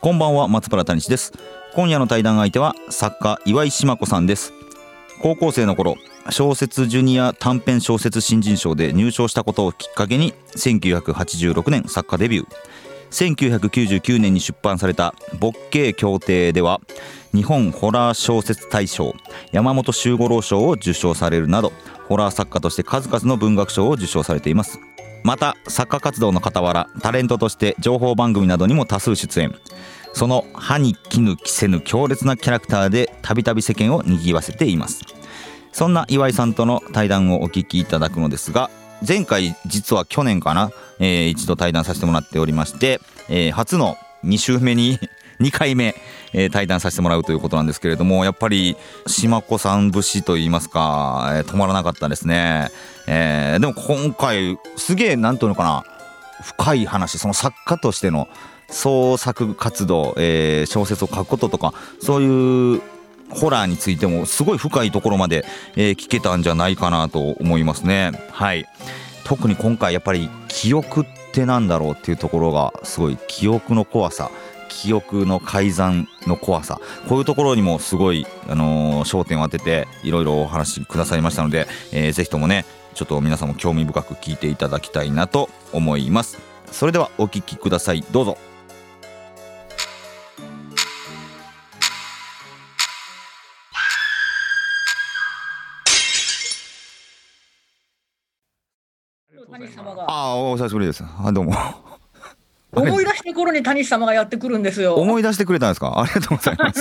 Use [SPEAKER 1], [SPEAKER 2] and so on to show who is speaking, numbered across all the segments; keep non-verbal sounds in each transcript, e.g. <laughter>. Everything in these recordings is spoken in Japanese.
[SPEAKER 1] こんばんは松原谷志です今夜の対談相手は作家岩井島子さんです高校生の頃小説ジュニア短編小説新人賞で入賞したことをきっかけに1986年作家デビュー1999年に出版された「勃起協定」では日本ホラー小説大賞山本周五郎賞を受賞されるなどホラー作家として数々の文学賞を受賞されていますまた作家活動の傍らタレントとして情報番組などにも多数出演その歯に衣着せぬ強烈なキャラクターでたびたび世間を賑わせていますそんな岩井さんとの対談をお聞きいただくのですが前回実は去年かな、えー一度対談させてもらっておりまして、えー初の2週目に <laughs> 2回目、えー対談させてもらうということなんですけれどもやっぱり島子さん節といいますか、えー止まらなかったですね、えーでも今回すげえなんていうのかな深い話その作家としての創作活動、えー小説を書くこととかそういうホラーについてもすごい深いところまで、えー聞けたんじゃないかなと思いますね。はい特に今回やっぱり記憶ってなんだろうっていうところがすごい記憶の怖さ記憶の改ざんの怖さこういうところにもすごい、あのー焦点を当てていろいろお話しくださいましたので、えーぜひともねちょっと皆さんも興味深く聞いていただきたいなと思いますそれではお聞きくださいどうぞ
[SPEAKER 2] 谷様が
[SPEAKER 1] ああお久しぶりですあどうも
[SPEAKER 2] 思い出した頃に谷様がやってくるんです
[SPEAKER 1] <laughs>
[SPEAKER 2] よ。
[SPEAKER 1] 思い出してくれたんですかありがとうございます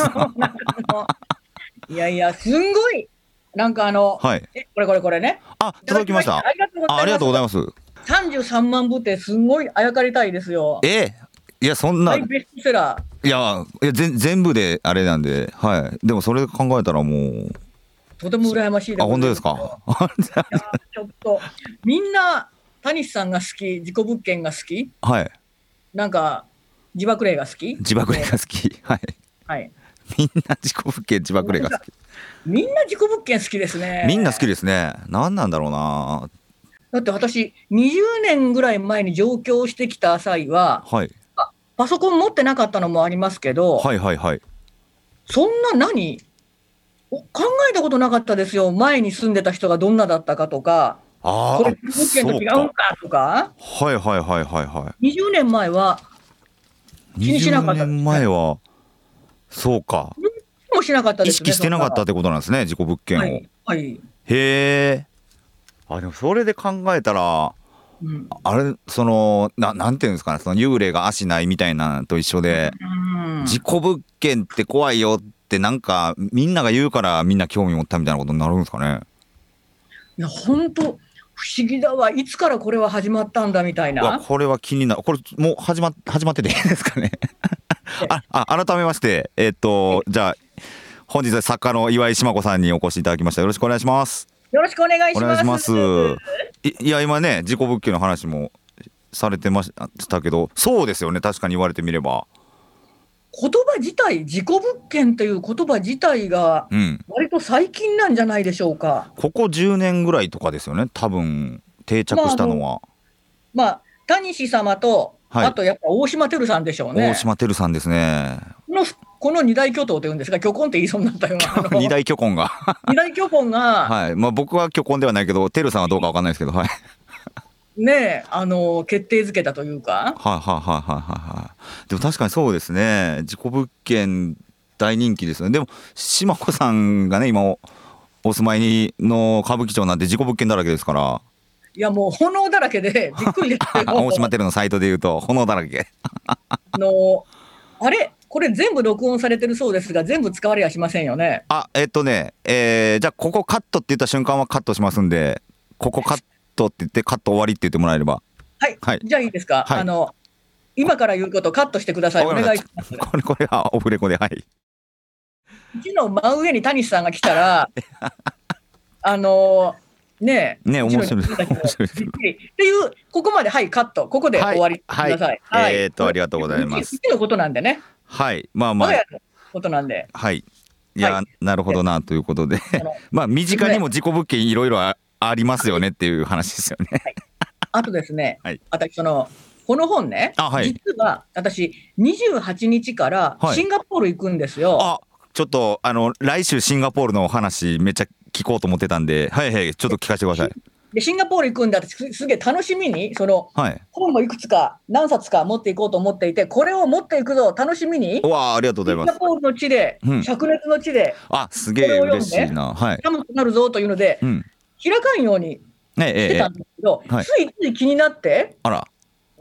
[SPEAKER 2] <laughs> いやいや、すんごい、なんかあの、
[SPEAKER 1] はい
[SPEAKER 2] えこれこれこれね。
[SPEAKER 1] あ届きました
[SPEAKER 2] いだきました
[SPEAKER 1] あ
[SPEAKER 2] あ
[SPEAKER 1] あり
[SPEAKER 2] りが
[SPEAKER 1] が
[SPEAKER 2] と
[SPEAKER 1] と
[SPEAKER 2] う
[SPEAKER 1] う
[SPEAKER 2] ご
[SPEAKER 1] ご
[SPEAKER 2] ざ
[SPEAKER 1] ざ
[SPEAKER 2] い
[SPEAKER 1] い
[SPEAKER 2] ま
[SPEAKER 1] ます
[SPEAKER 2] す。33万部ってすんごいあやかりたいですよ。
[SPEAKER 1] えいやそんな
[SPEAKER 2] 大ベストセラー。
[SPEAKER 1] いやいや全全部であれなんではいでもそれ考えたらもう
[SPEAKER 2] とても羨ましい
[SPEAKER 1] あ
[SPEAKER 2] ご
[SPEAKER 1] 本当で
[SPEAKER 2] ざいます
[SPEAKER 1] かあじゃ
[SPEAKER 2] いやちょっと、みんな、谷さんが好き、自己物件が好き、
[SPEAKER 1] あはい
[SPEAKER 2] なんか、自爆霊が好き。
[SPEAKER 1] 自爆霊が好きはい
[SPEAKER 2] はい。
[SPEAKER 1] みんな自己物件自爆霊が好き
[SPEAKER 2] みんな自己物件好きですね。
[SPEAKER 1] みんな好きですね何なんだろうな
[SPEAKER 2] だって私、20年ぐらい前に上京してきた際は、
[SPEAKER 1] はい
[SPEAKER 2] パソコン持ってなかったのもありますけど、
[SPEAKER 1] はいはいはい
[SPEAKER 2] そんな何お考えたことなかったですよ、前に住んでた人がどんなだったかとか、
[SPEAKER 1] あ
[SPEAKER 2] これ、
[SPEAKER 1] あ
[SPEAKER 2] 物件と
[SPEAKER 1] そう
[SPEAKER 2] 違
[SPEAKER 1] か
[SPEAKER 2] うんかとか、
[SPEAKER 1] はいはいはいはいは
[SPEAKER 2] 20年前は、
[SPEAKER 1] い
[SPEAKER 2] 気にしなかった
[SPEAKER 1] 20年前はそうか
[SPEAKER 2] もうしなかったで
[SPEAKER 1] 意
[SPEAKER 2] すね。
[SPEAKER 1] 識してなかったってことなんですね自己物
[SPEAKER 2] そん
[SPEAKER 1] 件を
[SPEAKER 2] なはい、はい
[SPEAKER 1] へえあでもそれで考えたら
[SPEAKER 2] うん
[SPEAKER 1] あれそのななんていうんですかねその幽霊が足ないみたいなのと一緒で、
[SPEAKER 2] うん
[SPEAKER 1] 事故物件って怖いよってなんかみんなが言うからみんな興味持ったみたいなことになるんですかね
[SPEAKER 2] いや本当不思議だわ、いつからこれは始まったんだみたいう
[SPEAKER 1] わ
[SPEAKER 2] な、
[SPEAKER 1] これは気になるこれもう始まっ始まってていいですかねああ改めましてえっとじゃあ本日は作家の岩井島子さんにお越しいただきましたよろしくお願いします
[SPEAKER 2] よろしくお願い
[SPEAKER 1] お
[SPEAKER 2] し
[SPEAKER 1] 願
[SPEAKER 2] ま
[SPEAKER 1] い
[SPEAKER 2] す。
[SPEAKER 1] しますいいや今ね事故物件の話もされてましたけどそうですよね確かに言われてみれば
[SPEAKER 2] 言葉自体、自己物件という言葉自体が、
[SPEAKER 1] うん
[SPEAKER 2] 割と最近なんじゃないでしょうか。
[SPEAKER 1] ここ10年ぐらいとかですよね多分定着したのは、
[SPEAKER 2] まあ、谷氏様と、
[SPEAKER 1] はい
[SPEAKER 2] あとやっぱ大島てるさんでしょうね。
[SPEAKER 1] 大島てるさんですね
[SPEAKER 2] このこの二大巨頭というんですが、巨根って言いそうになったよ
[SPEAKER 1] <laughs>
[SPEAKER 2] うな。あの
[SPEAKER 1] 二大巨根が
[SPEAKER 2] 二大巨根が、
[SPEAKER 1] はいまあ僕は巨根ではないけどてるさんはどうかわかんないですけどはい
[SPEAKER 2] ねえ、あの、決定づけたというか、
[SPEAKER 1] はいはいはいはいはいはいでも確かにそうですね事故物件大人気ですよねでも島子さんがね今おお住まいにの歌舞伎町なんて事故物件だらけですから
[SPEAKER 2] いやもう炎だら
[SPEAKER 1] <laughs>
[SPEAKER 2] けで、びっくりですけど、
[SPEAKER 1] 大島てるのサイトで言うと炎だらけ
[SPEAKER 2] あの、あれこれ全部録音されてるそうですが、全部使われやしませんよね。
[SPEAKER 1] あえっとねえーじゃあここカットって言った瞬間はカットしますんでここカットって言ってカット終わりって言ってもらえれば
[SPEAKER 2] はい。
[SPEAKER 1] はい
[SPEAKER 2] じゃあいいですか。
[SPEAKER 1] はい
[SPEAKER 2] あの、今から言うことカットしてください。お
[SPEAKER 1] わか
[SPEAKER 2] 願
[SPEAKER 1] り
[SPEAKER 2] い
[SPEAKER 1] ま
[SPEAKER 2] し
[SPEAKER 1] し
[SPEAKER 2] ます。
[SPEAKER 1] これこれはオフレコではいう
[SPEAKER 2] ちの真上に谷さんが来
[SPEAKER 1] <laughs>
[SPEAKER 2] たら、あのーねえ。
[SPEAKER 1] ね面白いです
[SPEAKER 2] うちの
[SPEAKER 1] 面白いです
[SPEAKER 2] びっくりっていう、ここまで、はい、カット。ここで終わりください。
[SPEAKER 1] はいえーとありがとうございます
[SPEAKER 2] うちうちのことなんでね。
[SPEAKER 1] はいまあま
[SPEAKER 2] 我が家
[SPEAKER 1] あ
[SPEAKER 2] のことなんで。
[SPEAKER 1] はいいや、
[SPEAKER 2] は
[SPEAKER 1] なるほどなということで
[SPEAKER 2] あの
[SPEAKER 1] まあ身近にも事故物件いろいろあありますよねっていう話ですよね
[SPEAKER 2] あとですね、
[SPEAKER 1] はい
[SPEAKER 2] 私そのこの本ね、
[SPEAKER 1] あはい
[SPEAKER 2] 実は私28日から
[SPEAKER 1] はい
[SPEAKER 2] シンガポール行くんですよ。
[SPEAKER 1] あちょっとあの来週シンガポールのお話めっちゃ聞こうと思ってたんではいはいちょっと聞かせてください
[SPEAKER 2] でシンガポール行くんだってすすげえ楽しみにその
[SPEAKER 1] はい
[SPEAKER 2] 本をいくつか何冊か持っていこうと思っていてこれを持っていくぞ楽しみに
[SPEAKER 1] うわあありがとうござい
[SPEAKER 2] シン
[SPEAKER 1] ま
[SPEAKER 2] ガ
[SPEAKER 1] す
[SPEAKER 2] ポールの地で、
[SPEAKER 1] うん
[SPEAKER 2] 灼熱の地で
[SPEAKER 1] あすげえ嬉しいなはい
[SPEAKER 2] 寒くなるぞというので、
[SPEAKER 1] うん
[SPEAKER 2] 開かんように
[SPEAKER 1] ねえ
[SPEAKER 2] して
[SPEAKER 1] ええ
[SPEAKER 2] たんですけど、
[SPEAKER 1] ええはい
[SPEAKER 2] ついつい気になって
[SPEAKER 1] あら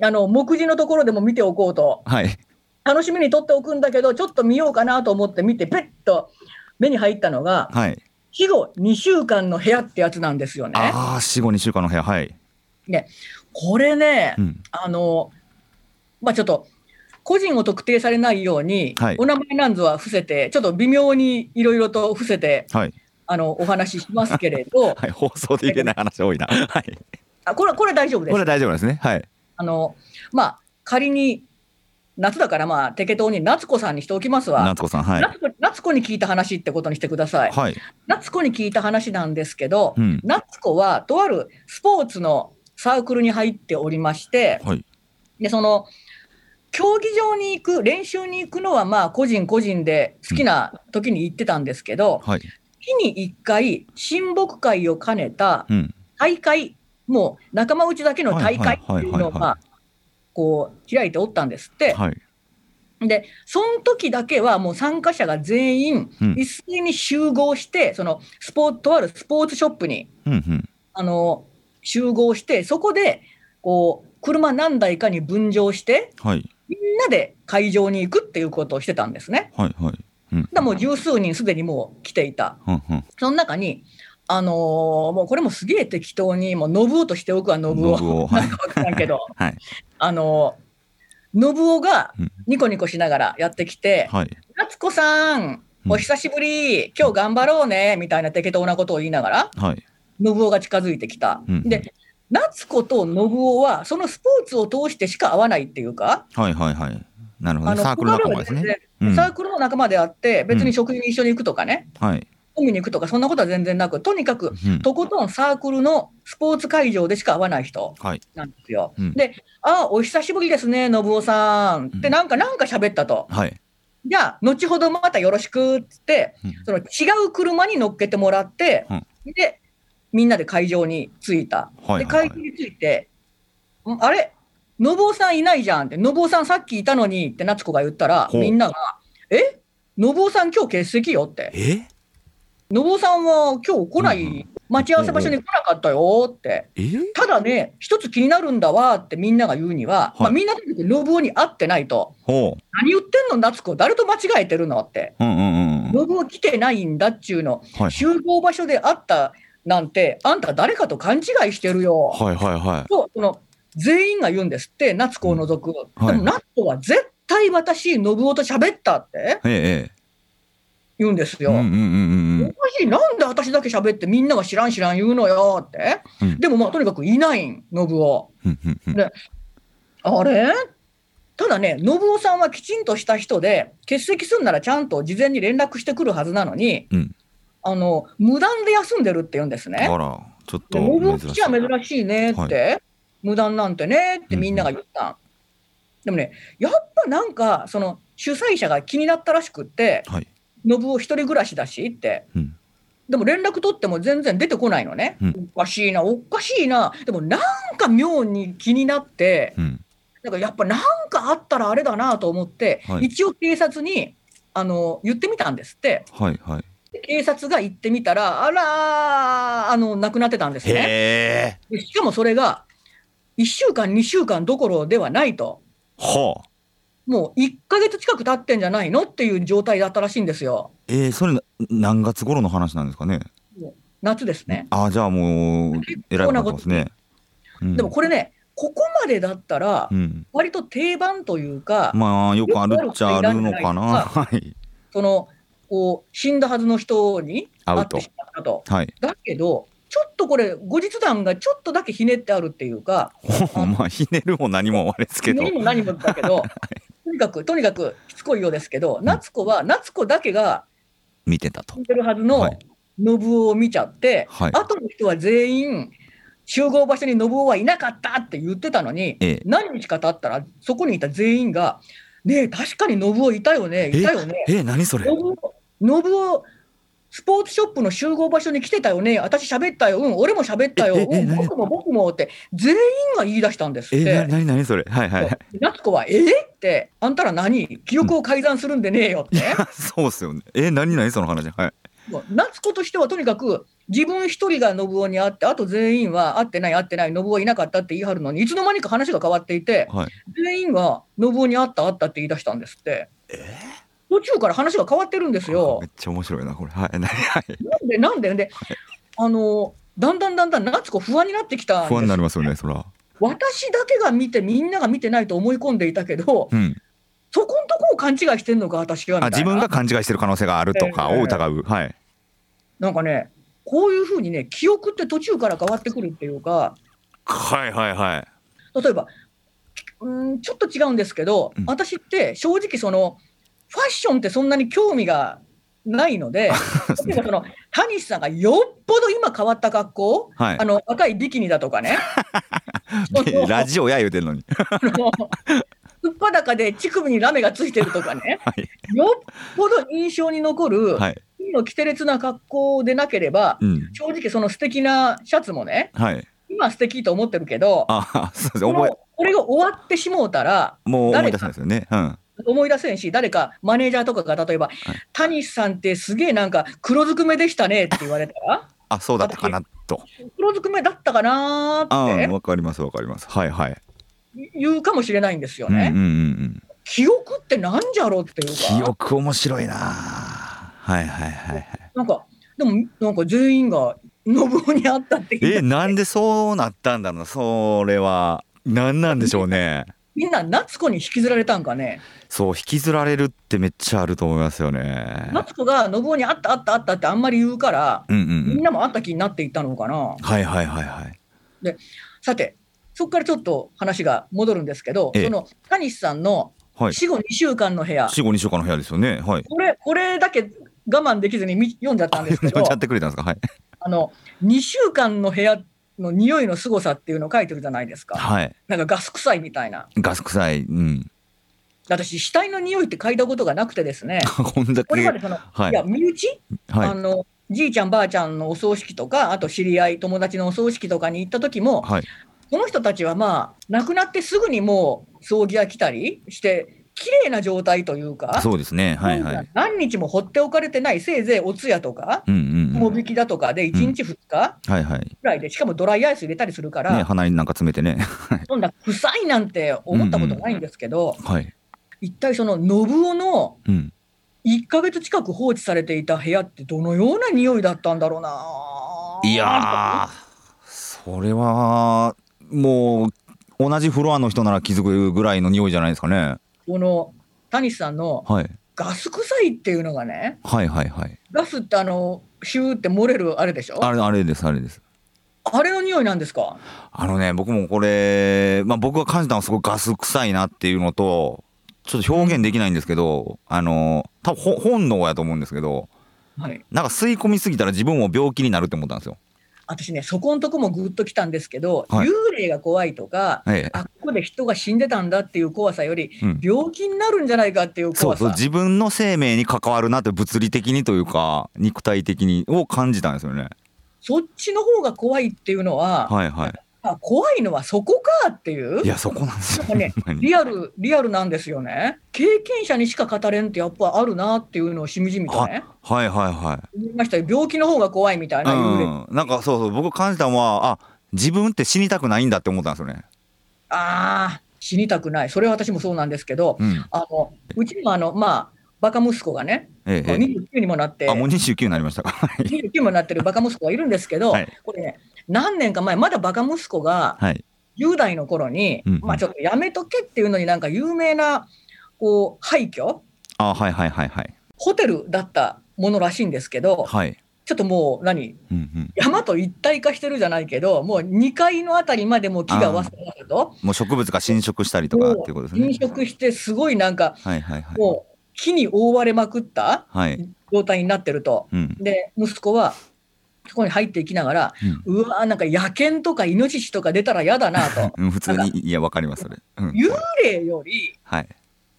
[SPEAKER 2] あの目次のところでも見ておこうと
[SPEAKER 1] はい
[SPEAKER 2] 楽しみに撮っておくんだけどちょっと見ようかなと思って見てペッと目に入ったのが
[SPEAKER 1] はい
[SPEAKER 2] 死後2週間の部屋ってやつなんですよね。
[SPEAKER 1] ああ死後2週間の部屋はい
[SPEAKER 2] これね、
[SPEAKER 1] うん
[SPEAKER 2] あのまあちょっと個人を特定されないように、
[SPEAKER 1] はい
[SPEAKER 2] お名前なんぞは伏せてちょっと微妙にいろいろと伏せて
[SPEAKER 1] はい
[SPEAKER 2] あのお話ししますけれ
[SPEAKER 1] <laughs>
[SPEAKER 2] ど
[SPEAKER 1] はい放送で言えない話多いなはい
[SPEAKER 2] あこれこれは大丈夫で
[SPEAKER 1] これ
[SPEAKER 2] す。
[SPEAKER 1] 大丈夫なんですねはい
[SPEAKER 2] あのまあ仮に夏だからまあ適当に夏子さんにしておきますわ。
[SPEAKER 1] 夏子さんはい
[SPEAKER 2] 夏子夏子に聞いた話ってことにしてください。
[SPEAKER 1] はい
[SPEAKER 2] 夏子に聞いた話なんですけど、
[SPEAKER 1] うん
[SPEAKER 2] 夏子はとあるスポーツのサークルに入っておりまして、
[SPEAKER 1] はい
[SPEAKER 2] でその競技場に行く練習に行くのはまあ個人個人で好きな時に行ってたんですけど、
[SPEAKER 1] はい
[SPEAKER 2] 日に1回親睦会を兼ねた
[SPEAKER 1] うん
[SPEAKER 2] 大会もう仲間内だけの大会って
[SPEAKER 1] はいはいはいはいはい
[SPEAKER 2] いうのをまあこう開いておったんですって、
[SPEAKER 1] はい
[SPEAKER 2] でその時だけはもう参加者が全員
[SPEAKER 1] うん
[SPEAKER 2] 一斉に集合して、そのスポーとあるスポーツショップに
[SPEAKER 1] うんうん
[SPEAKER 2] あの集合してそこでこう車何台かに分乗して
[SPEAKER 1] はい
[SPEAKER 2] みんなで会場に行くっていうことをしてたんですね。
[SPEAKER 1] はいはいうん
[SPEAKER 2] だからもう十数人すでにもう来ていた。
[SPEAKER 1] うんうん
[SPEAKER 2] その中にあのーもうこれもすげえ適当にもう信夫としておくわ信夫。
[SPEAKER 1] 信夫はい
[SPEAKER 2] なんかわからんけど
[SPEAKER 1] はい
[SPEAKER 2] あのー信夫が
[SPEAKER 1] うん
[SPEAKER 2] ニコニコしながらやってきて、
[SPEAKER 1] はい
[SPEAKER 2] 夏子さん、
[SPEAKER 1] うん
[SPEAKER 2] お久しぶり、今日頑張ろうねみたいな適当なことを言いながら、
[SPEAKER 1] はい
[SPEAKER 2] 信夫が近づいてきた。
[SPEAKER 1] うん
[SPEAKER 2] で、夏子と信夫は、そのスポーツを通してしか会わないっていうか、
[SPEAKER 1] はいはいはいなるほどねサークル
[SPEAKER 2] 他
[SPEAKER 1] 仲
[SPEAKER 2] は
[SPEAKER 1] 間ですね
[SPEAKER 2] 全然
[SPEAKER 1] うん
[SPEAKER 2] サークルの仲間であって、別
[SPEAKER 1] うん
[SPEAKER 2] に食事に一緒に行くとかね、
[SPEAKER 1] はい
[SPEAKER 2] 飲みに行くとか、そんなことは全然なく、とにかく、
[SPEAKER 1] うん
[SPEAKER 2] とことんサークルのスポーツ会場でしか会わない人
[SPEAKER 1] はい
[SPEAKER 2] なんですよ。
[SPEAKER 1] うん
[SPEAKER 2] で、ああ、お久しぶりですね、信夫さんって、
[SPEAKER 1] うん
[SPEAKER 2] なんか、なんか喋ったと。
[SPEAKER 1] はい
[SPEAKER 2] じゃあ、後ほどまたよろしくっつって、
[SPEAKER 1] うん
[SPEAKER 2] その違う車に乗っけてもらって、
[SPEAKER 1] うん
[SPEAKER 2] で、みんなで会場に着いた。
[SPEAKER 1] はい
[SPEAKER 2] で、
[SPEAKER 1] は
[SPEAKER 2] 会
[SPEAKER 1] い
[SPEAKER 2] 場に着いて、んあれ、信夫さんいないじゃんって、信夫さんさっきいたのにって夏子が言ったら、
[SPEAKER 1] ほう
[SPEAKER 2] みんなが、え信夫さん今日欠席よって、
[SPEAKER 1] え
[SPEAKER 2] 信夫さんは今日来ない、
[SPEAKER 1] うんうん
[SPEAKER 2] 待ち合わせ場所に来なかったよって。
[SPEAKER 1] え
[SPEAKER 2] ただね、一つ気になるんだわってみんなが言うには、
[SPEAKER 1] はい
[SPEAKER 2] まあ、みんなとにかく信夫に会ってないと、
[SPEAKER 1] ほう
[SPEAKER 2] 何言ってんの、夏子、誰と間違えてるのって、
[SPEAKER 1] うんうんうんうん
[SPEAKER 2] 信夫来てないんだっちゅうの、
[SPEAKER 1] はい
[SPEAKER 2] 集合場所で会ったなんて、あんた誰かと勘違いしてるよ。
[SPEAKER 1] はいはいは
[SPEAKER 2] とその全員が言うんですって、夏子を除く。
[SPEAKER 1] はい
[SPEAKER 2] でも夏子は絶対私、信夫と喋ったって
[SPEAKER 1] いえ
[SPEAKER 2] 言うんです
[SPEAKER 1] え
[SPEAKER 2] よ。
[SPEAKER 1] うんうんうんうん
[SPEAKER 2] おかしい、なんで私だけ喋ってみんなが知らん知らん言うのよって。
[SPEAKER 1] うん
[SPEAKER 2] でもまあ、とにかくいないん、信夫。
[SPEAKER 1] うんうんうん
[SPEAKER 2] あれただね、信夫さんはきちんとした人で、欠席するならちゃんと事前に連絡してくるはずなのに、
[SPEAKER 1] うん
[SPEAKER 2] あの無断で休んでるって言うんですね。
[SPEAKER 1] あらちょっと
[SPEAKER 2] で信号
[SPEAKER 1] 珍し
[SPEAKER 2] 基地
[SPEAKER 1] い
[SPEAKER 2] は珍しいねって、無断なんてねってみんなが言った、でもねやっぱなんかその主催者が気になったらしくって
[SPEAKER 1] はい
[SPEAKER 2] 信夫一人暮らしだしって、
[SPEAKER 1] うん
[SPEAKER 2] でも連絡取っても全然出てこないのね、
[SPEAKER 1] うん
[SPEAKER 2] おかしいなおかしいなでもなんか妙に気になって
[SPEAKER 1] うん
[SPEAKER 2] なんかやっぱなんかあったらあれだなと思って、
[SPEAKER 1] はい
[SPEAKER 2] 一応警察にあの言ってみたんですって
[SPEAKER 1] はいはい
[SPEAKER 2] で警察が行ってみたらあらーあの亡くなってたんですね。
[SPEAKER 1] へえ
[SPEAKER 2] でしかもそれが1週間、2週間どころではないと、
[SPEAKER 1] はあ
[SPEAKER 2] もう1ヶ月近く経ってんじゃないのっていう状態だったらしいんですよ、
[SPEAKER 1] ええそれな何月頃の話なんですかね
[SPEAKER 2] 夏ですね。
[SPEAKER 1] ああじゃあもうえらいことになってますねうん
[SPEAKER 2] でもこれね、ここまでだったら
[SPEAKER 1] う、ん
[SPEAKER 2] 割と定番というか、
[SPEAKER 1] まあよくあるっちゃあるのかな。
[SPEAKER 2] よ
[SPEAKER 1] はい。
[SPEAKER 2] そのこう死んだはずの人に
[SPEAKER 1] 会
[SPEAKER 2] 会
[SPEAKER 1] う
[SPEAKER 2] っ
[SPEAKER 1] と
[SPEAKER 2] てしまったと。
[SPEAKER 1] はい。
[SPEAKER 2] だけど、ちょっとこれ、後日談がちょっとだけひねってあるっていうか、
[SPEAKER 1] ほんまあひねるも何もあれですけど。
[SPEAKER 2] 何も何もだけ
[SPEAKER 1] <laughs>
[SPEAKER 2] ど、とにかく、とにかくしつこいようですけど、夏子は夏子だけが
[SPEAKER 1] 見てたと
[SPEAKER 2] 見。てるはずの
[SPEAKER 1] はい
[SPEAKER 2] 信夫を見ちゃって、
[SPEAKER 1] はい
[SPEAKER 2] 後の人は全員、集合場所に信夫はいなかったって言ってたのに、
[SPEAKER 1] ええ
[SPEAKER 2] 何日か経ったら、そこにいた全員が、ねえ、確かに信夫いたよね、いたよね。
[SPEAKER 1] え何それ
[SPEAKER 2] ノ。ブオ、ノブオスポーツショップの集合場所に来てたよね、私喋ったよ、うん、俺も喋ったよ、
[SPEAKER 1] ええ
[SPEAKER 2] う
[SPEAKER 1] え
[SPEAKER 2] ん、
[SPEAKER 1] 何
[SPEAKER 2] 僕も僕もって、全員が言い出したんですっ
[SPEAKER 1] えな
[SPEAKER 2] て。
[SPEAKER 1] 何何それ。はいはいはい。
[SPEAKER 2] 夏子は、えーって、あんたら何、記憶を改ざんするんでねえよって、
[SPEAKER 1] <laughs> そうっすよね。え何何その話。はい。
[SPEAKER 2] もう夏子としてはとにかく、自分一人が信夫に会って、あと全員は会ってない、会ってない、信夫はいなかったって言い張るのに、いつの間にか話が変わっていて、
[SPEAKER 1] はい。
[SPEAKER 2] 全員が信夫に会った、会ったって言い出したんですって。途中から話が変わってるんですよ
[SPEAKER 1] め。っちゃ面白いなこれ。はい。 <laughs> 何はい。
[SPEAKER 2] なんでなんでで、あのだんだんだんだん夏子不安になってきたんです
[SPEAKER 1] 不安になりますよねそら。
[SPEAKER 2] 私だけが見てみんなが見てないと思い込んでいたけど、
[SPEAKER 1] うん。
[SPEAKER 2] そこんとこを勘違いしてんのか私はみ
[SPEAKER 1] あ
[SPEAKER 2] たいな
[SPEAKER 1] 自分が勘違いしてる可能性があるとか
[SPEAKER 2] ええ
[SPEAKER 1] を疑う。はい。
[SPEAKER 2] なんかねこういうふうにね記憶って途中から変わってくるっていうか
[SPEAKER 1] はいはいはい。
[SPEAKER 2] 例えばうんちょっと違うんですけど、
[SPEAKER 1] うん
[SPEAKER 2] 私って正直そのファッションってそんなに興味がない
[SPEAKER 1] <laughs>
[SPEAKER 2] ので例えばその谷さんがよっぽど今変わった格好、
[SPEAKER 1] はい
[SPEAKER 2] あの若いビキニだとかねそうそ
[SPEAKER 1] <laughs>
[SPEAKER 2] う
[SPEAKER 1] ラジオや言うてんのに。
[SPEAKER 2] あの素っ裸で乳首にラメがついてるとかね、
[SPEAKER 1] <laughs> はい
[SPEAKER 2] よっぽど印象に残る、
[SPEAKER 1] はい。
[SPEAKER 2] 金のキテレツな格好でなければ、
[SPEAKER 1] うん。
[SPEAKER 2] 正直その素敵なシャツもね、
[SPEAKER 1] はい。
[SPEAKER 2] 今素敵と思ってるけど、
[SPEAKER 1] あ <laughs> そうですね。
[SPEAKER 2] この
[SPEAKER 1] 覚え
[SPEAKER 2] これが終わってしもうたら、
[SPEAKER 1] もう思い出せないですよね。うん。
[SPEAKER 2] 思い出せんし、誰かマネージャーとかが例えば、谷さんってすげえなんか黒ずくめでしたねって言われたら、 <laughs>
[SPEAKER 1] あそうだったかなと。
[SPEAKER 2] 黒ずくめだったかな
[SPEAKER 1] あ
[SPEAKER 2] ー
[SPEAKER 1] ー
[SPEAKER 2] っ
[SPEAKER 1] わかりますわかります。はいはい。
[SPEAKER 2] て言うかもしれないんですよ
[SPEAKER 1] うんうんうん
[SPEAKER 2] ね。
[SPEAKER 1] うん。
[SPEAKER 2] 記憶ってなんじゃろうっていうか。
[SPEAKER 1] 記憶面白いなはいはいはいはい
[SPEAKER 2] なんか、でも、なんか全員が信夫に会ったって言
[SPEAKER 1] え
[SPEAKER 2] って
[SPEAKER 1] なんでそうなったんだろうなそれは何なんでしょう <laughs> ね
[SPEAKER 2] みんな夏子に引きずられたんかね。
[SPEAKER 1] そう引きずられるってめっちゃあると思いますよね
[SPEAKER 2] 夏子が信夫に会った、会った、会ったってあんまり言うから、
[SPEAKER 1] うんうん
[SPEAKER 2] み
[SPEAKER 1] うんん
[SPEAKER 2] なも会った気になっていったのかな。
[SPEAKER 1] はいはいはいはい
[SPEAKER 2] さて、そこからちょっと話が戻るんですけど、
[SPEAKER 1] ええ
[SPEAKER 2] その、タニシさんの
[SPEAKER 1] はい
[SPEAKER 2] 死後2週間の部屋、
[SPEAKER 1] 死後二週間の部屋ですよね
[SPEAKER 2] <laughs>
[SPEAKER 1] はい
[SPEAKER 2] これ、これだけ我慢できずに見読んじゃったんですけ
[SPEAKER 1] <laughs> 読
[SPEAKER 2] ど
[SPEAKER 1] んじゃ、ってくれたんですかはい
[SPEAKER 2] あの、2週間の部屋の匂いの凄さっていうのを書いてるじゃないですか。
[SPEAKER 1] はい
[SPEAKER 2] なんかガス臭いみたいな。
[SPEAKER 1] ガス臭いうん
[SPEAKER 2] 私、死体の匂いって嗅いだことがなくてで
[SPEAKER 1] <laughs>
[SPEAKER 2] すね。
[SPEAKER 1] <laughs> こんだ
[SPEAKER 2] こ
[SPEAKER 1] け
[SPEAKER 2] れまでその、
[SPEAKER 1] はい
[SPEAKER 2] いや身内、あ
[SPEAKER 1] はい
[SPEAKER 2] のじいちゃんばあちゃんのお葬式とかあと知り合い友達のお葬式とかに行った時も、
[SPEAKER 1] はい
[SPEAKER 2] この人たちはまあ亡くなってすぐにもう葬儀が来たりして綺麗な状態というか
[SPEAKER 1] そうですねはいは
[SPEAKER 2] なん
[SPEAKER 1] い
[SPEAKER 2] か何日も放っておかれてないせいぜいお通夜とか
[SPEAKER 1] うんうんう
[SPEAKER 2] も
[SPEAKER 1] ん
[SPEAKER 2] 引きだとかで1日2日
[SPEAKER 1] はいはい
[SPEAKER 2] ぐらいでしかもドライアイス入れたりするから、
[SPEAKER 1] ね鼻になんか詰めてね <laughs>
[SPEAKER 2] そんな臭いなんて思ったことないんですけど、
[SPEAKER 1] はい
[SPEAKER 2] 一体その信夫の
[SPEAKER 1] うん
[SPEAKER 2] 1ヶ月近く放置されていた部屋ってどのような匂いだったんだろうないい
[SPEAKER 1] やーそれはもう同じフロアの人なら気づくぐらいの匂いじゃないですかね、
[SPEAKER 2] この谷さんの
[SPEAKER 1] はい、
[SPEAKER 2] ガス臭いっていうのがね
[SPEAKER 1] はいはいはい
[SPEAKER 2] ガスってあのシューって漏れるあれでしょ
[SPEAKER 1] あ
[SPEAKER 2] あ
[SPEAKER 1] れあれですあれです
[SPEAKER 2] れの匂いなんですか
[SPEAKER 1] あのね僕もこれ、まあ、僕が感じたのはすごいガス臭いなっていうのとちょっと表現できないんですけどあの多分ほ本能やと思うんですけど
[SPEAKER 2] はい
[SPEAKER 1] なんか吸い込みすぎたら自分も病気になるって思ったんですよ。
[SPEAKER 2] 私ねそこんとこもぐっときたんですけど、
[SPEAKER 1] はい
[SPEAKER 2] 幽霊が怖いとか、
[SPEAKER 1] ええ
[SPEAKER 2] あここで人が死んでたんだっていう怖さより、
[SPEAKER 1] うん
[SPEAKER 2] 病気になるんじゃないかっていう
[SPEAKER 1] そ
[SPEAKER 2] 怖
[SPEAKER 1] うそう
[SPEAKER 2] さ
[SPEAKER 1] 自分の生命に関わるなって物理的にというか肉体的にを感じたんですよね。
[SPEAKER 2] そっちの方が怖いっていうのは、
[SPEAKER 1] はいはい。
[SPEAKER 2] あ怖いのはそこかっていう
[SPEAKER 1] いやそこなん <laughs> ですよ。
[SPEAKER 2] なんかね
[SPEAKER 1] ほんまに
[SPEAKER 2] リアル、リアルなんですよね。経験者にしか語れんってやっぱあるなっていうのをしみじみとね、
[SPEAKER 1] はいはいはい。
[SPEAKER 2] 思いましたよ。病気の方が怖いみたいな幽霊。
[SPEAKER 1] うん、なんかそうそう僕感じたのはあ自分って死にたくないんだって思ったんですよね。
[SPEAKER 2] ああ、死にたくない。それは私もそうなんですけど、
[SPEAKER 1] うん、
[SPEAKER 2] あの、うちもあの、まあ、バカ息子がね、
[SPEAKER 1] えええ
[SPEAKER 2] 29にもなって
[SPEAKER 1] え、あもう29になりましたか。 <laughs> はい
[SPEAKER 2] 29にもなってるバカ息子がいるんですけど、
[SPEAKER 1] はい
[SPEAKER 2] これね、何年か前、まだバカ息子が
[SPEAKER 1] はい
[SPEAKER 2] 10代の頃に、
[SPEAKER 1] うんうん
[SPEAKER 2] まあちょっとやめとけっていうのになんか有名なこう廃墟
[SPEAKER 1] あはいはいはいはい
[SPEAKER 2] ホテルだったものらしいんですけど、
[SPEAKER 1] はい
[SPEAKER 2] ちょっともう何
[SPEAKER 1] うんうん
[SPEAKER 2] 山と一体化してるじゃないけどもう2階のあたりまでもう木がわさわさと
[SPEAKER 1] もう植物が侵食したりとかっていうことですね
[SPEAKER 2] 飲食してすごいなんか
[SPEAKER 1] はいはいはい
[SPEAKER 2] もう木に覆われまくった
[SPEAKER 1] はい
[SPEAKER 2] 状態になってると。
[SPEAKER 1] うん
[SPEAKER 2] で息子はそこに入っていきながら
[SPEAKER 1] うん
[SPEAKER 2] うわーなんか野犬とかイノシシとか出たら嫌だな
[SPEAKER 1] <laughs>
[SPEAKER 2] と
[SPEAKER 1] うん普通にいやわかりますそれうん
[SPEAKER 2] 幽霊より
[SPEAKER 1] はい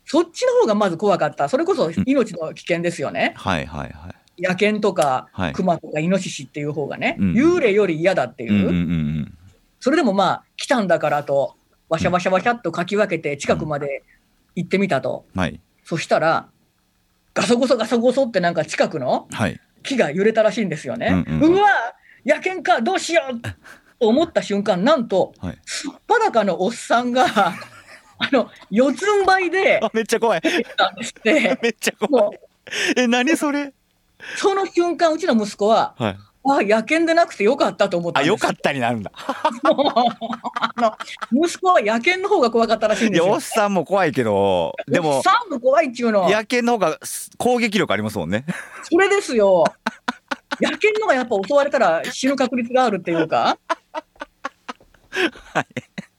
[SPEAKER 2] そっちの方がまず怖かったそれこそ命の危険ですよね、
[SPEAKER 1] はいはいはい
[SPEAKER 2] 野犬とか
[SPEAKER 1] はい
[SPEAKER 2] 熊とかイノシシっていう方がね、
[SPEAKER 1] うん
[SPEAKER 2] 幽霊より嫌だっていうう、
[SPEAKER 1] んうんうん
[SPEAKER 2] それでもまあ来たんだからとわしゃわしゃわしゃっとかき分けて近くまで行ってみたと、
[SPEAKER 1] うんはい
[SPEAKER 2] そしたらガソゴソガソゴソってなんか近くの
[SPEAKER 1] はい
[SPEAKER 2] 木が揺れたらしいんですよね。
[SPEAKER 1] う
[SPEAKER 2] うん
[SPEAKER 1] うんうん
[SPEAKER 2] わ野犬かどうしようと思った瞬間なんと
[SPEAKER 1] <laughs> はい
[SPEAKER 2] すっぱだかのおっさんが <laughs> あの四つん這いで
[SPEAKER 1] めっちゃ怖い
[SPEAKER 2] なんですって
[SPEAKER 1] めっちゃ
[SPEAKER 2] もう
[SPEAKER 1] え何それ
[SPEAKER 2] その瞬間うちの息子は
[SPEAKER 1] はい
[SPEAKER 2] あ野犬でなくてよかったと思ったんです
[SPEAKER 1] たになるんだ
[SPEAKER 2] もうあの息子は野犬の方が怖かったらしいん
[SPEAKER 1] い
[SPEAKER 2] です
[SPEAKER 1] や
[SPEAKER 2] よ
[SPEAKER 1] おっ。さんも怖いけどで
[SPEAKER 2] お
[SPEAKER 1] も
[SPEAKER 2] っさんの怖いっちゅうの
[SPEAKER 1] 野犬の方がす攻撃力ありますもんね
[SPEAKER 2] それですよ野犬のがやっぱ襲われたら死ぬ確率があるっていうか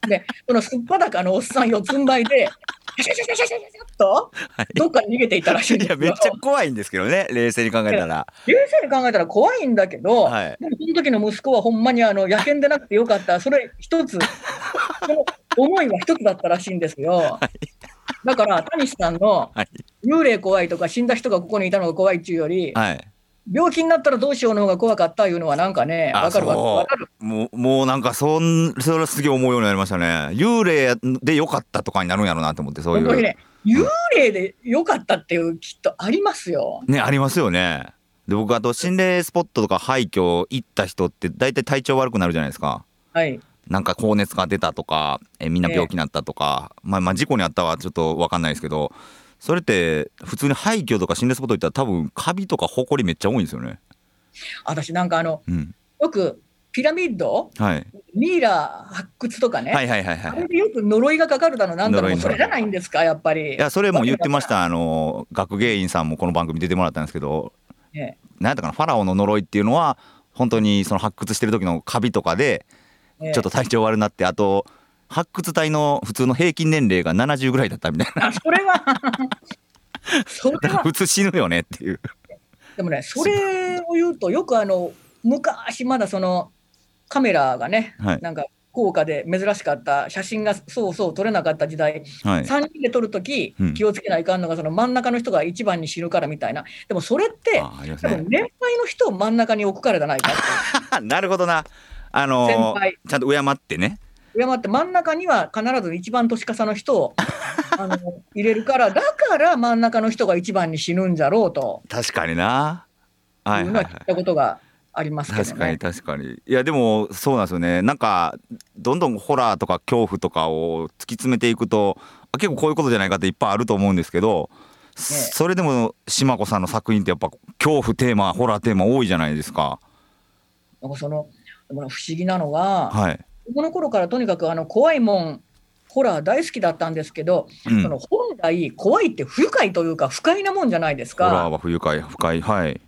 [SPEAKER 2] でそのすっぱだかのおっさん四つん這いでシャシャシャシャシャシャシャっとどっかに逃げていったらしいん
[SPEAKER 1] い
[SPEAKER 2] です
[SPEAKER 1] や
[SPEAKER 2] よ
[SPEAKER 1] めっちゃ怖いんですけどね冷静に考えたら
[SPEAKER 2] 冷静に考えたら怖いんだけど、
[SPEAKER 1] はい
[SPEAKER 2] でもその時の息子はほんまにあの野犬でなくてよかったそれ一つその思いは一つだったらしいんですよ、だから谷さんの
[SPEAKER 1] はい
[SPEAKER 2] 幽霊怖いとか死んだ人がここにいたのが怖いっていうより、
[SPEAKER 1] はい
[SPEAKER 2] 病気になったらどうしようの方が怖かったいうのはなんかね、
[SPEAKER 1] あ
[SPEAKER 2] わかるわ
[SPEAKER 1] そう
[SPEAKER 2] わかる。
[SPEAKER 1] もうもうなんかそんそれはすげえ思うようになりましたね幽霊でよかったとかになるんやろうなと思ってそうい
[SPEAKER 2] 本当に
[SPEAKER 1] う
[SPEAKER 2] ね、幽霊で良かったっていうきっとありますよ。
[SPEAKER 1] ねありますよねで僕あと心霊スポットとか廃墟行った人って大体体調悪くなるじゃないですか
[SPEAKER 2] はい。
[SPEAKER 1] なんか高熱が出たとかえみんな病気になったとか、まあまあ事故にあったはちょっと分かんないですけどそれって普通に廃墟とか心霊スポット行ったら多分カビとかホコリめっちゃ多いんですよね
[SPEAKER 2] 私なんかあの、
[SPEAKER 1] うん
[SPEAKER 2] よくピラミッド、
[SPEAKER 1] はい
[SPEAKER 2] ミイラ発掘とかね、
[SPEAKER 1] はいはいはいは
[SPEAKER 2] あ
[SPEAKER 1] い
[SPEAKER 2] れでよく呪いがかかるだのなんだ
[SPEAKER 1] 呪
[SPEAKER 2] ろ、
[SPEAKER 1] いうの
[SPEAKER 2] それじゃないんですか、やっぱり。
[SPEAKER 1] いやそれも言ってましたあの学芸員さんもこの番組出てもらったんですけど
[SPEAKER 2] ね
[SPEAKER 1] 何やったかなファラオの呪いっていうのは本当にその発掘してる時のカビとかで
[SPEAKER 2] ね
[SPEAKER 1] ちょっと体調悪なってあと発掘隊の普通の平均年齢が70ぐらいだったみたいな
[SPEAKER 2] <laughs> あそ
[SPEAKER 1] <laughs>
[SPEAKER 2] れはそ
[SPEAKER 1] だ
[SPEAKER 2] れ
[SPEAKER 1] から
[SPEAKER 2] は
[SPEAKER 1] 普通死ぬよねっていう
[SPEAKER 2] でもねそれを言うとよくあの昔まだそのカメラがね、
[SPEAKER 1] はい
[SPEAKER 2] なんか高価で珍しかった写真がそうそう撮れなかった時代
[SPEAKER 1] はい
[SPEAKER 2] 3人で撮るとき
[SPEAKER 1] うん、
[SPEAKER 2] 気をつけないかんのが、その真ん中の人が一番に死ぬからみたいな、でもそれって、
[SPEAKER 1] ああります
[SPEAKER 2] 多
[SPEAKER 1] ね
[SPEAKER 2] 分年配の人を真ん中に置くからじゃないかって、
[SPEAKER 1] <laughs> なるほどなあの
[SPEAKER 2] 先輩
[SPEAKER 1] ちゃんと敬ってね
[SPEAKER 2] 上回って真ん中には必ず一番年かさの人
[SPEAKER 1] <laughs>
[SPEAKER 2] をあの入れるから、だから真ん中の人が一番に死ぬんじゃろうと
[SPEAKER 1] 確かになはいいうは
[SPEAKER 2] の
[SPEAKER 1] い、
[SPEAKER 2] は
[SPEAKER 1] はい
[SPEAKER 2] 聞いたことがありますけど
[SPEAKER 1] 確かに
[SPEAKER 2] ね。
[SPEAKER 1] 確かにいやでもそうなんですよねなんかどんどんホラーとか恐怖とかを突き詰めていくとあ結構こういうことじゃないかっていっぱいあると思うんですけど、それでも島子さんの作品ってやっぱ恐怖テーマホラーテーマ多いじゃないですか
[SPEAKER 2] なんかそのでも不思議なのが、
[SPEAKER 1] はい、
[SPEAKER 2] 子供の頃からとにかくあの怖いもん、ホラー大好きだったんですけど、
[SPEAKER 1] うん、
[SPEAKER 2] そ
[SPEAKER 1] ホ
[SPEAKER 2] の本来、怖いって不愉快というか、不快なもんじゃないですか。
[SPEAKER 1] ラーは不愉快不快はい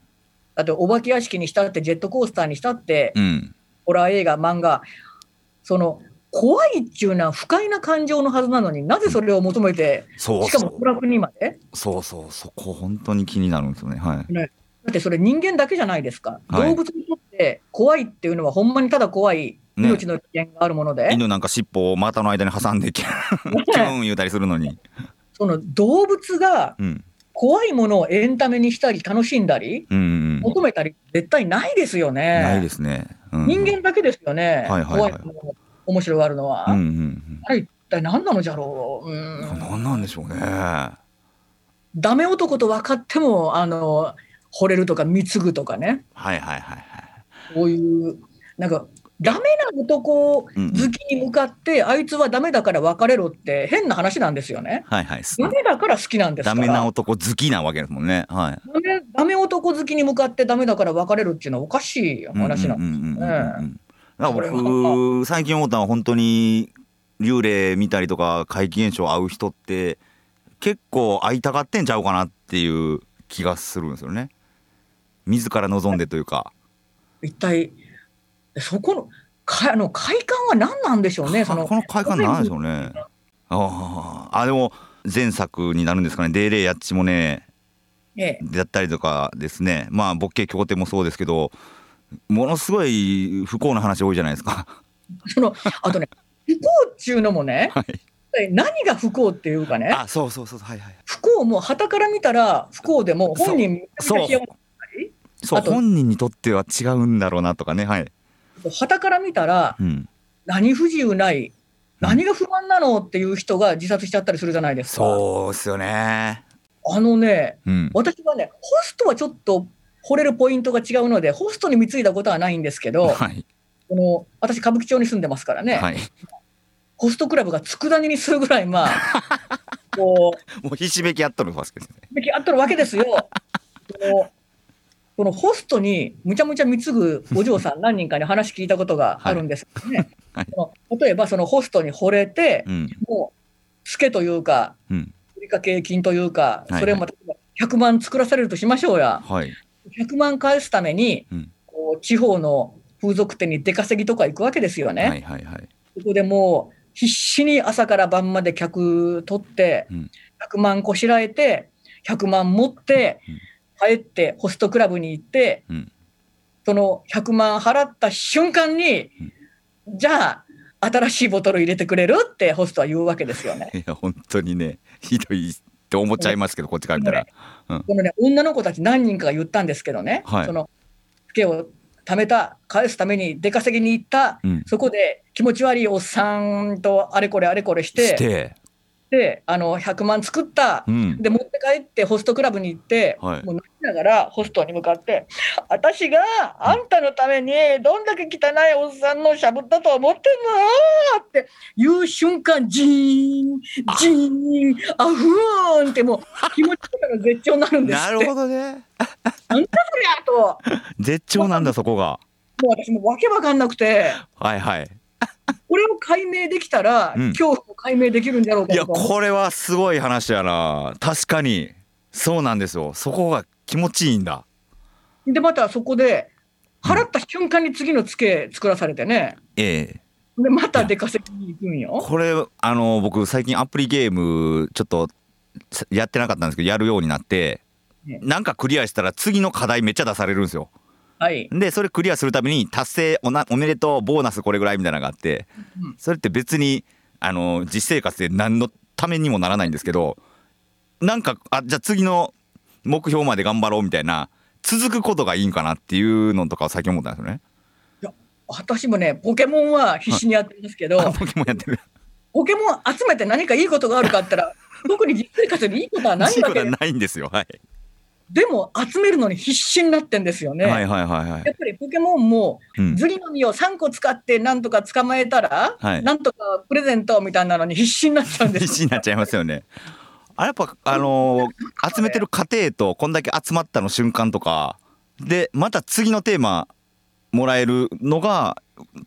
[SPEAKER 2] だってお化け屋敷にしたってジェットコースターにしたって、
[SPEAKER 1] うん
[SPEAKER 2] ホラー映画漫画その怖いっちゅうのは不快な感情のはずなのになぜそれを求めて
[SPEAKER 1] そう
[SPEAKER 2] しか
[SPEAKER 1] そ
[SPEAKER 2] も
[SPEAKER 1] う
[SPEAKER 2] 娯楽にまで
[SPEAKER 1] そうそうそこ本当に気になるんですよねはい
[SPEAKER 2] だってそれ人間だけじゃないですか、
[SPEAKER 1] はい
[SPEAKER 2] 動物にとって怖いっていうのはほんまにただ怖い
[SPEAKER 1] ね
[SPEAKER 2] 命の危険があるもので、
[SPEAKER 1] 犬なんか尻尾を股の間に挟んでキュンキュン言うたりするのに、
[SPEAKER 2] <laughs> その動物が
[SPEAKER 1] うん、
[SPEAKER 2] 怖いものをエンタメにしたり楽しんだり
[SPEAKER 1] うんうんうん
[SPEAKER 2] 求めたり絶対ないですよね
[SPEAKER 1] ないですね、うん、
[SPEAKER 2] 人間だけですよね、
[SPEAKER 1] はいはいはい
[SPEAKER 2] 怖いものを面白があるのは、
[SPEAKER 1] うんうん
[SPEAKER 2] 一
[SPEAKER 1] うん
[SPEAKER 2] 体何なのじゃろう、うん
[SPEAKER 1] 何なんでしょうね。は
[SPEAKER 2] ダメ男と分かってもあの惚れるとか貢ぐとかね
[SPEAKER 1] いはいはいはい。
[SPEAKER 2] こういうなんかダメな男好
[SPEAKER 1] うん
[SPEAKER 2] きに向かって、あいつはダメだから別れろって変な話なんですよね。
[SPEAKER 1] はいはい。
[SPEAKER 2] ダメだから好きなんです
[SPEAKER 1] ダ
[SPEAKER 2] から
[SPEAKER 1] メな男好きなわけですもんね。はい。
[SPEAKER 2] ダメダメ男好きに向かってダメだから別れるっていうのはおかしい話なん
[SPEAKER 1] うんうんうんうんうん
[SPEAKER 2] え
[SPEAKER 1] なんか僕最近思ったのは本当に幽霊見たりとか怪奇現象会う人って結構会いたがってんちゃうかなっていう気がするんですよね自ら望んでというか
[SPEAKER 2] 一体そこのかあの快感は何なんでしょうねその
[SPEAKER 1] この快感なんでしょうねあーあでも前作になるんですかね「デーレイやっちもね
[SPEAKER 2] ええ」
[SPEAKER 1] だったりとかですねまあ「勃起協定」もそうですけどものすごい不幸な話多いじゃないですか <laughs>
[SPEAKER 2] そのあとね不幸っちゅうのもね、
[SPEAKER 1] はい
[SPEAKER 2] 何が不幸っていうかね
[SPEAKER 1] あそうそうそうはいはい
[SPEAKER 2] 不幸も傍から見たら不幸でも本人めちゃ
[SPEAKER 1] そう
[SPEAKER 2] めちゃ幸
[SPEAKER 1] そう
[SPEAKER 2] あと
[SPEAKER 1] 本人にとっては違うんだろうなとかねはい、
[SPEAKER 2] せ傍から見たら
[SPEAKER 1] うん、
[SPEAKER 2] 何不自由ない何が不満なのっていう人が自殺しちゃったりするじゃないですか。
[SPEAKER 1] そうっすよね
[SPEAKER 2] あのね
[SPEAKER 1] うん
[SPEAKER 2] 私はねホストはちょっと惚れるポイントが違うのでホストに貢いだことはないんですけど、
[SPEAKER 1] はい
[SPEAKER 2] この私歌舞伎町に住んでますからね、
[SPEAKER 1] はい
[SPEAKER 2] ホストクラブが佃煮にするぐら
[SPEAKER 1] <laughs>
[SPEAKER 2] いまあこう
[SPEAKER 1] もうひしめきやっとるわけですね
[SPEAKER 2] べきあっとるわけですよ。このこのホストにむちゃむちゃ貢ぐお嬢さん何人かに話聞いたことがあるんですけどね、
[SPEAKER 1] はい
[SPEAKER 2] その例えばそのホストに惚れて、
[SPEAKER 1] うん
[SPEAKER 2] もうツケというか
[SPEAKER 1] うん
[SPEAKER 2] 売りかけ金というか
[SPEAKER 1] いはい
[SPEAKER 2] それも例えば100万作らされるとしましょうや
[SPEAKER 1] はい
[SPEAKER 2] 100万返すために、
[SPEAKER 1] うん
[SPEAKER 2] こう地方の風俗店に出稼ぎとか行くわけですよね。
[SPEAKER 1] はいはいはい
[SPEAKER 2] そこでもう必死に朝から晩まで客取って、
[SPEAKER 1] うん
[SPEAKER 2] 100万こしらえて100万持って、帰ってホストクラブに行って、
[SPEAKER 1] うん
[SPEAKER 2] その100万払った瞬間に、じゃあ新しいボトル入れてくれるってホストは言うわけですよね。
[SPEAKER 1] いや本当にねひどいって思っちゃいますけどこっちから見たら
[SPEAKER 2] このね女の子たち何人かが言ったんですけどね、
[SPEAKER 1] はい
[SPEAKER 2] そのツケを貯めた返すために出稼ぎに行った、
[SPEAKER 1] うん
[SPEAKER 2] そこで気持ち悪いおっさんとあれこれあれこれして
[SPEAKER 1] して
[SPEAKER 2] であの100万作った、
[SPEAKER 1] うん
[SPEAKER 2] で持って帰ってホストクラブに行って、
[SPEAKER 1] はい
[SPEAKER 2] もう泣きながらホストに向かって「私があんたのためにどんだけ汚いおっさんのしゃぶったと思ってんの?」って言う瞬間ジーンジーンあふーんってもう気持ちよさが絶頂になるんですって
[SPEAKER 1] なるほどね
[SPEAKER 2] そりゃと
[SPEAKER 1] 絶頂なんだそこが
[SPEAKER 2] もう私もう訳わかんなくて
[SPEAKER 1] はいはい
[SPEAKER 2] これを解明できたら、
[SPEAKER 1] うん
[SPEAKER 2] 恐怖を解明できるんだろうか
[SPEAKER 1] いや
[SPEAKER 2] と
[SPEAKER 1] これはすごい話やな確かにそうなんですよそこが気持ちいいんだ
[SPEAKER 2] でまたそこで払った瞬間に次のツケ作らされてね
[SPEAKER 1] ええ
[SPEAKER 2] でまた出稼ぎに行くんよ。
[SPEAKER 1] これあの僕最近アプリゲームちょっとさやってなかったんですけどやるようになって
[SPEAKER 2] ね
[SPEAKER 1] なんかクリアしたら次の課題めっちゃ出されるんですよ
[SPEAKER 2] はい、
[SPEAKER 1] でそれクリアするために達成おなおめでとうボーナスこれぐらいみたいなのがあって
[SPEAKER 2] うん
[SPEAKER 1] それって別にあの実生活で何のためにもならないんですけどなんかあじゃあ次の目標まで頑張ろうみたいな続くことがいいんかなっていうのとかを最近思ったんですよね。
[SPEAKER 2] 私もねポケモンは必死にやってますけど、
[SPEAKER 1] あポケモンやってる。
[SPEAKER 2] ポケモン集めて何かいいことがあるかって言った
[SPEAKER 1] <laughs>
[SPEAKER 2] ら特に実生活にいいことはない
[SPEAKER 1] いい
[SPEAKER 2] わ
[SPEAKER 1] こと
[SPEAKER 2] け
[SPEAKER 1] はないんですよ。はい。
[SPEAKER 2] でも集めるのに必死になってんですよね。
[SPEAKER 1] はいはいはいはい
[SPEAKER 2] や。っぱりポケモンも
[SPEAKER 1] うん。
[SPEAKER 2] ズリの実を3個使ってなんとか捕まえたら、
[SPEAKER 1] はい
[SPEAKER 2] なんとかプレゼントみたいなのに必死になっちゃうんで
[SPEAKER 1] 必
[SPEAKER 2] す
[SPEAKER 1] 死になっちゃいますよね。 <laughs> あれやっぱあのー集めてる過程とこんだけ集まったの瞬間とかでまた次のテーマもらえるのが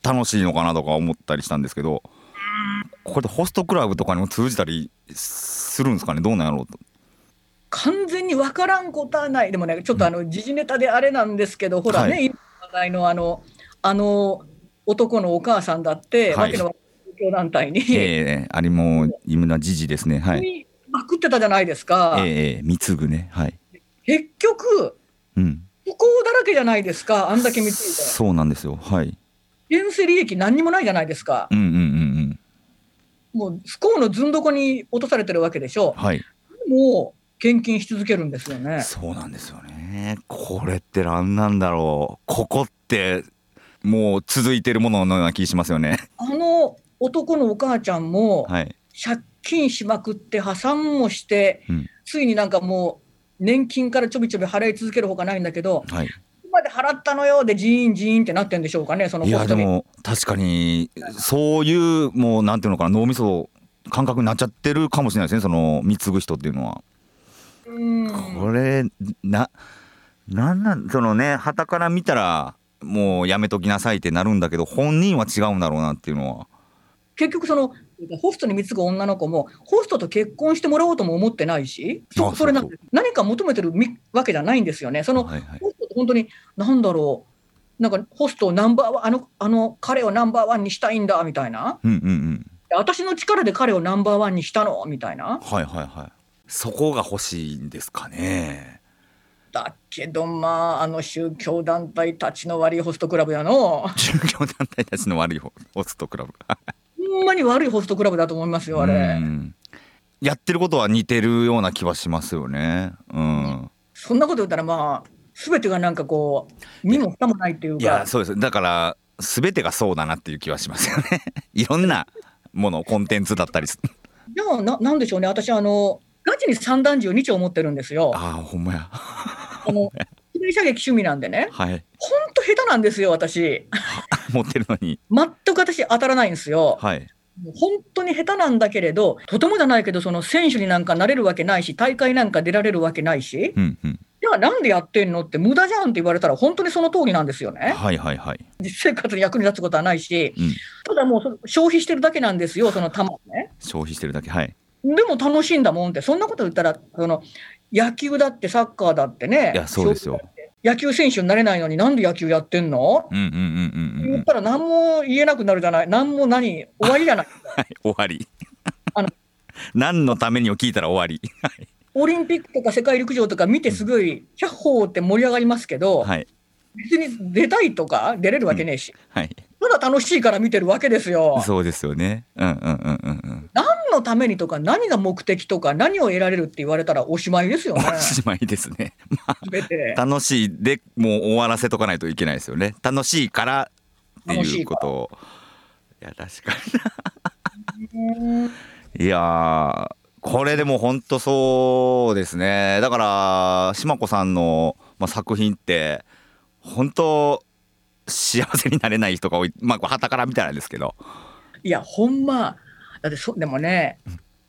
[SPEAKER 1] 楽しいのかなとか思ったりしたんですけどこれでホストクラブとかにも通じたりするんですかねどうなんやろうと。
[SPEAKER 2] 完全に分からんことはないでもねちょっとあの時事ネタであれなんですけどほらね、
[SPEAKER 1] は
[SPEAKER 2] 今話題のあのあの男のお母さんだって、
[SPEAKER 1] はい
[SPEAKER 2] わけのわからない宗教団体に、
[SPEAKER 1] ええあれも今の時事ですねはい。
[SPEAKER 2] にまくってたじゃないですか、
[SPEAKER 1] ええ貢ぐねはい。
[SPEAKER 2] 結局
[SPEAKER 1] うん。
[SPEAKER 2] 不幸だらけじゃないですかあんだけ見つい
[SPEAKER 1] そうなんですよはい。
[SPEAKER 2] て現世利益何にもないじゃないですか
[SPEAKER 1] うんうんうんうん
[SPEAKER 2] もう不幸のずんどこに落とされてるわけでしょ
[SPEAKER 1] はい。
[SPEAKER 2] もう献金し続けるんですよね
[SPEAKER 1] そうなんですよねこれって何なんだろうここってもう続いてるもののような気しますよ <laughs> ね
[SPEAKER 2] あの男のお母ちゃんも、
[SPEAKER 1] はい
[SPEAKER 2] 借金しまくって破産もして、
[SPEAKER 1] うん
[SPEAKER 2] ついになんかもう年金からちょびちょび払い続けるほかないんだけど、
[SPEAKER 1] はい
[SPEAKER 2] ここまで払ったのよでジーンジーンってなってんでしょうかねその
[SPEAKER 1] い
[SPEAKER 2] ホ
[SPEAKER 1] や
[SPEAKER 2] スト
[SPEAKER 1] で
[SPEAKER 2] に。
[SPEAKER 1] も確かにそういうもうなんていうのかな脳みそ感覚になっちゃってるかもしれないですねその貢ぐ人っていうのは、
[SPEAKER 2] うん
[SPEAKER 1] これななんなんそのね傍から見たらもうやめときなさいってなるんだけど本人は違うんだろうなっていうのは
[SPEAKER 2] 結局そのホストに貢ぐ女の子もホストと結婚してもらおうとも思ってないし
[SPEAKER 1] あそ
[SPEAKER 2] そうそれなんで何か求めてるみわけじゃないんですよねその
[SPEAKER 1] はいはい
[SPEAKER 2] ホストって本当に何だろうなんかホストをナンバーワンあのあの彼をナンバーワンにしたいんだみたいな
[SPEAKER 1] うんうんうん
[SPEAKER 2] 私の力で彼をナンバーワンにしたのみたいな
[SPEAKER 1] はいはいはいそこが欲しいんですかね
[SPEAKER 2] だけどまああの宗教団体たちの悪いホストクラブやの
[SPEAKER 1] <laughs> 宗教団体たちの悪いホホストクラブが
[SPEAKER 2] ほんまに悪いホストクラブだと思いますよあれ。
[SPEAKER 1] うんやってることは似てるような気はしますよねうん
[SPEAKER 2] そんなこと言ったらまあ全てがなんかこう身も蓋もないっていう
[SPEAKER 1] い
[SPEAKER 2] か
[SPEAKER 1] やそうですだから全てがそうだなっていう気はしますよね <laughs> いろんなものコンテンツだったりす
[SPEAKER 2] でもななんでしょうね私あのガチに散弾銃2丁持ってるんですよ。あ
[SPEAKER 1] <laughs> ああほんまや
[SPEAKER 2] の自転車撃趣味なんでね
[SPEAKER 1] はい
[SPEAKER 2] ほんと下手なんですよ私
[SPEAKER 1] 持ってるのに
[SPEAKER 2] 全く私当たらないんですよ。
[SPEAKER 1] はい
[SPEAKER 2] 本当に下手なんだけれどとてもじゃないけどその選手になんかなれるわけないし大会なんか出られるわけないし
[SPEAKER 1] うんうん
[SPEAKER 2] じゃあなんでやってんのって無駄じゃんって言われたら本当にその通りなんですよね。
[SPEAKER 1] はいはいはい
[SPEAKER 2] 実生活に役に立つことはないし、
[SPEAKER 1] うん
[SPEAKER 2] ただもうその消費してるだけなんですよその球をね。
[SPEAKER 1] 消費してるだけはい
[SPEAKER 2] でも楽しいんだもんって、そんなこと言ったら、その野球だってサッカーだってね、
[SPEAKER 1] いやそうですよ
[SPEAKER 2] 野球選手になれないのに、なんで野球やってんの、
[SPEAKER 1] うんうんうんうんう
[SPEAKER 2] 言
[SPEAKER 1] ん
[SPEAKER 2] ったら、何も言えなくなるじゃない、何も何、終わりじゃない、
[SPEAKER 1] はい終わり
[SPEAKER 2] あの
[SPEAKER 1] <laughs> 何のためにを聞いたら終わり
[SPEAKER 2] オリンピックとか世界陸上とか見て、すごい、百歩って盛り上がりますけど、
[SPEAKER 1] はい
[SPEAKER 2] 別に出たいとか、出れるわけねえし、
[SPEAKER 1] はい
[SPEAKER 2] ただ楽しいから見てるわけですよ。
[SPEAKER 1] そうですよねうんうんうんうんうん
[SPEAKER 2] 何のためにとか、何が目的とか、何を得られるって言われたらおしま
[SPEAKER 1] <laughs>
[SPEAKER 2] いですよね、
[SPEAKER 1] おしまいですね
[SPEAKER 2] 全て。
[SPEAKER 1] 楽しいでもう終わらせとかないといけないですよね楽しいからっていうことをいや確か
[SPEAKER 2] うん
[SPEAKER 1] にいやーこれでも本当そうですねだから島子さんの、まあ、作品って本当幸せになれない人が多いまあはたから見たらですけど
[SPEAKER 2] いや、ほんま、だってそ、でもね、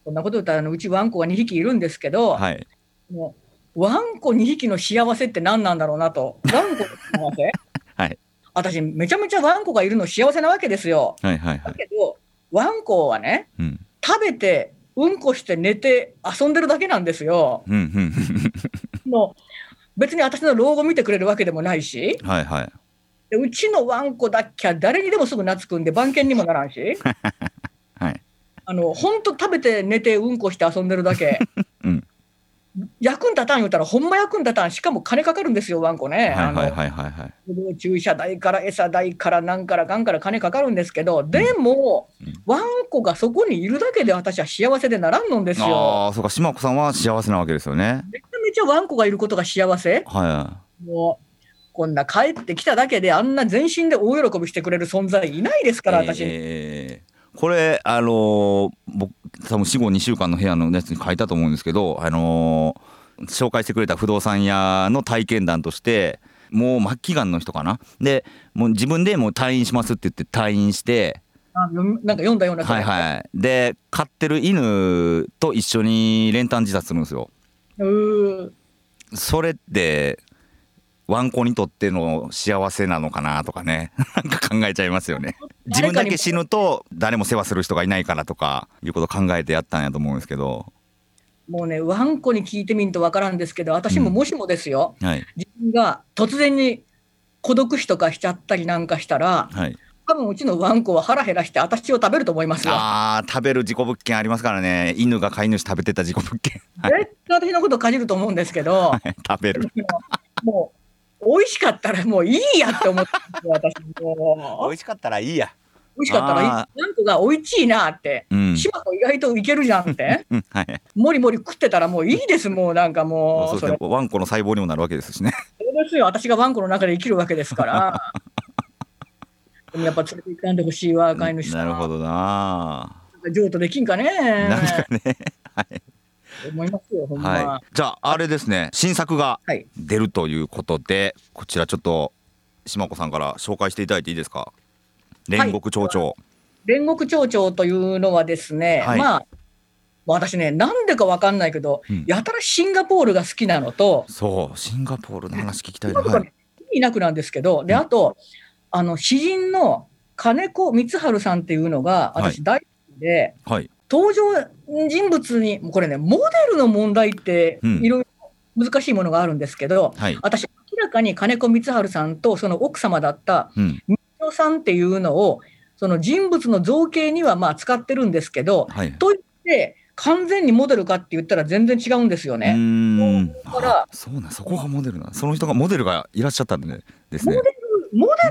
[SPEAKER 2] こんなこと言ったらあの、うちワンコが2匹いるんですけど、
[SPEAKER 1] はい
[SPEAKER 2] もうワンコ2匹の幸せって何なんだろうなと、ワンコの幸せ
[SPEAKER 1] <laughs> はい
[SPEAKER 2] 私、めちゃめちゃワンコがいるの幸せなわけですよ。
[SPEAKER 1] はいはいは
[SPEAKER 2] だ
[SPEAKER 1] い、
[SPEAKER 2] けど、ワンコはね、
[SPEAKER 1] うん、
[SPEAKER 2] 食べて、うんこして寝て遊んでるだけなんです
[SPEAKER 1] <laughs>
[SPEAKER 2] よ。
[SPEAKER 1] うんうん
[SPEAKER 2] もう別に私の老後見てくれるわけでもないし、
[SPEAKER 1] うんはいはい
[SPEAKER 2] でうちのワンコだっきゃ誰にでもすぐ懐くんで、番犬にもならんし。
[SPEAKER 1] <laughs> はい、
[SPEAKER 2] あの本当食べて寝てうんこして遊んでるだけ
[SPEAKER 1] うん
[SPEAKER 2] 役に立たん言うたらほんま役に立たんしかも金かかるんですよワンコね、
[SPEAKER 1] はいはいは
[SPEAKER 2] あ
[SPEAKER 1] いはいはい
[SPEAKER 2] の注射代から餌代からなんからがんから金かかるんですけどでも、
[SPEAKER 1] うん
[SPEAKER 2] ワンコがそこにいるだけで私は幸せでならんのんですよ
[SPEAKER 1] ああそうか島子さんは幸せなわけですよね
[SPEAKER 2] めちゃめちゃワンコがいることが幸せ
[SPEAKER 1] は
[SPEAKER 2] もうこんな帰ってきただけであんな全身で大喜びしてくれる存在いないです
[SPEAKER 1] い
[SPEAKER 2] から私、
[SPEAKER 1] えーこれあのー僕多分死後2週間の部屋のやつに書いたと思うんですけどあのー紹介してくれた不動産屋の体験談としてもう末期がんの人かなでもう自分でもう退院しますって言って退院して
[SPEAKER 2] あのなんか読んだような
[SPEAKER 1] はいはいで飼ってる犬と一緒に練炭自殺するんですよ
[SPEAKER 2] うー
[SPEAKER 1] それってワンコにとっての幸せなのかなとかね <laughs> なんか考えちゃいますよね自分だけ死ぬと誰も世話する人がいないからとかいうこと考えてやったんやと思うんですけど
[SPEAKER 2] もうね、ワンコに聞いてみんとわからんですけど、私ももしもですよ、
[SPEAKER 1] はい
[SPEAKER 2] 自分が突然に孤独死とかしちゃったりなんかしたら、
[SPEAKER 1] はい
[SPEAKER 2] 多分うちのワンコは腹減らして、私を食べると思いますよ。
[SPEAKER 1] あー食べる事故物件ありますからね犬が飼い主食べてた事故物件 <laughs> はい
[SPEAKER 2] 絶対私のことかじると思うんですけど、
[SPEAKER 1] 食べる
[SPEAKER 2] もう、美味しかったらもういいやって思ってますよ、私
[SPEAKER 1] 美
[SPEAKER 2] もう。
[SPEAKER 1] 味しかったらいいや
[SPEAKER 2] 美味しかったらいい。
[SPEAKER 1] あ
[SPEAKER 2] ワンコが美味しいなって。
[SPEAKER 1] うん、
[SPEAKER 2] 島子意外といけるじゃんって。
[SPEAKER 1] うん、はい
[SPEAKER 2] もりもり食ってたらもういいです、もうなんかも
[SPEAKER 1] そうで
[SPEAKER 2] う。そ
[SPEAKER 1] す
[SPEAKER 2] れ
[SPEAKER 1] ねワンコの細胞にもなるわけですしね
[SPEAKER 2] そうですよ、私がワンコの中で生きるわけですから。でもやっぱ連れて行かんでほしいわ、飼い主さ。
[SPEAKER 1] なんるほどな
[SPEAKER 2] 譲渡できんかね。
[SPEAKER 1] なんかね
[SPEAKER 2] 思いますよ、ほんま。
[SPEAKER 1] はい、じゃああれですね新作が
[SPEAKER 2] はい
[SPEAKER 1] 出るということで、こちらちょっと島子さんから紹介していただいていいですか煉獄町長、
[SPEAKER 2] 煉獄町長というのはですね、
[SPEAKER 1] はい
[SPEAKER 2] まあ、私ね、なんでかわかんないけど、
[SPEAKER 1] うん
[SPEAKER 2] やたらシンガポールが好きなのと、
[SPEAKER 1] そうシンガポールの話聞きたいな、
[SPEAKER 2] 今とか
[SPEAKER 1] はい
[SPEAKER 2] ね、いなくなんですけど、で、
[SPEAKER 1] うん
[SPEAKER 2] あと、あの、詩人の金子光晴さんっていうのが、
[SPEAKER 1] はい
[SPEAKER 2] 私大好きで、
[SPEAKER 1] はい。
[SPEAKER 2] 登場人物に、もうこれね、モデルの問題って
[SPEAKER 1] うん
[SPEAKER 2] いろいろ難しいものがあるんですけど、
[SPEAKER 1] はい。
[SPEAKER 2] 私、明らかに金子光晴さんとその奥様だった
[SPEAKER 1] うん。
[SPEAKER 2] 三代さんっていうのを、その人物の造形にはまあ使ってるんですけど、
[SPEAKER 1] はい。う
[SPEAKER 2] といって、完全にモデルかって言ったら全然違うんですよ
[SPEAKER 1] ー
[SPEAKER 2] ね。
[SPEAKER 1] ん。
[SPEAKER 2] ほら
[SPEAKER 1] あそうなん、そこがモデルなん。その人がモデルがいらっしゃったんでね。です
[SPEAKER 2] モ
[SPEAKER 1] ね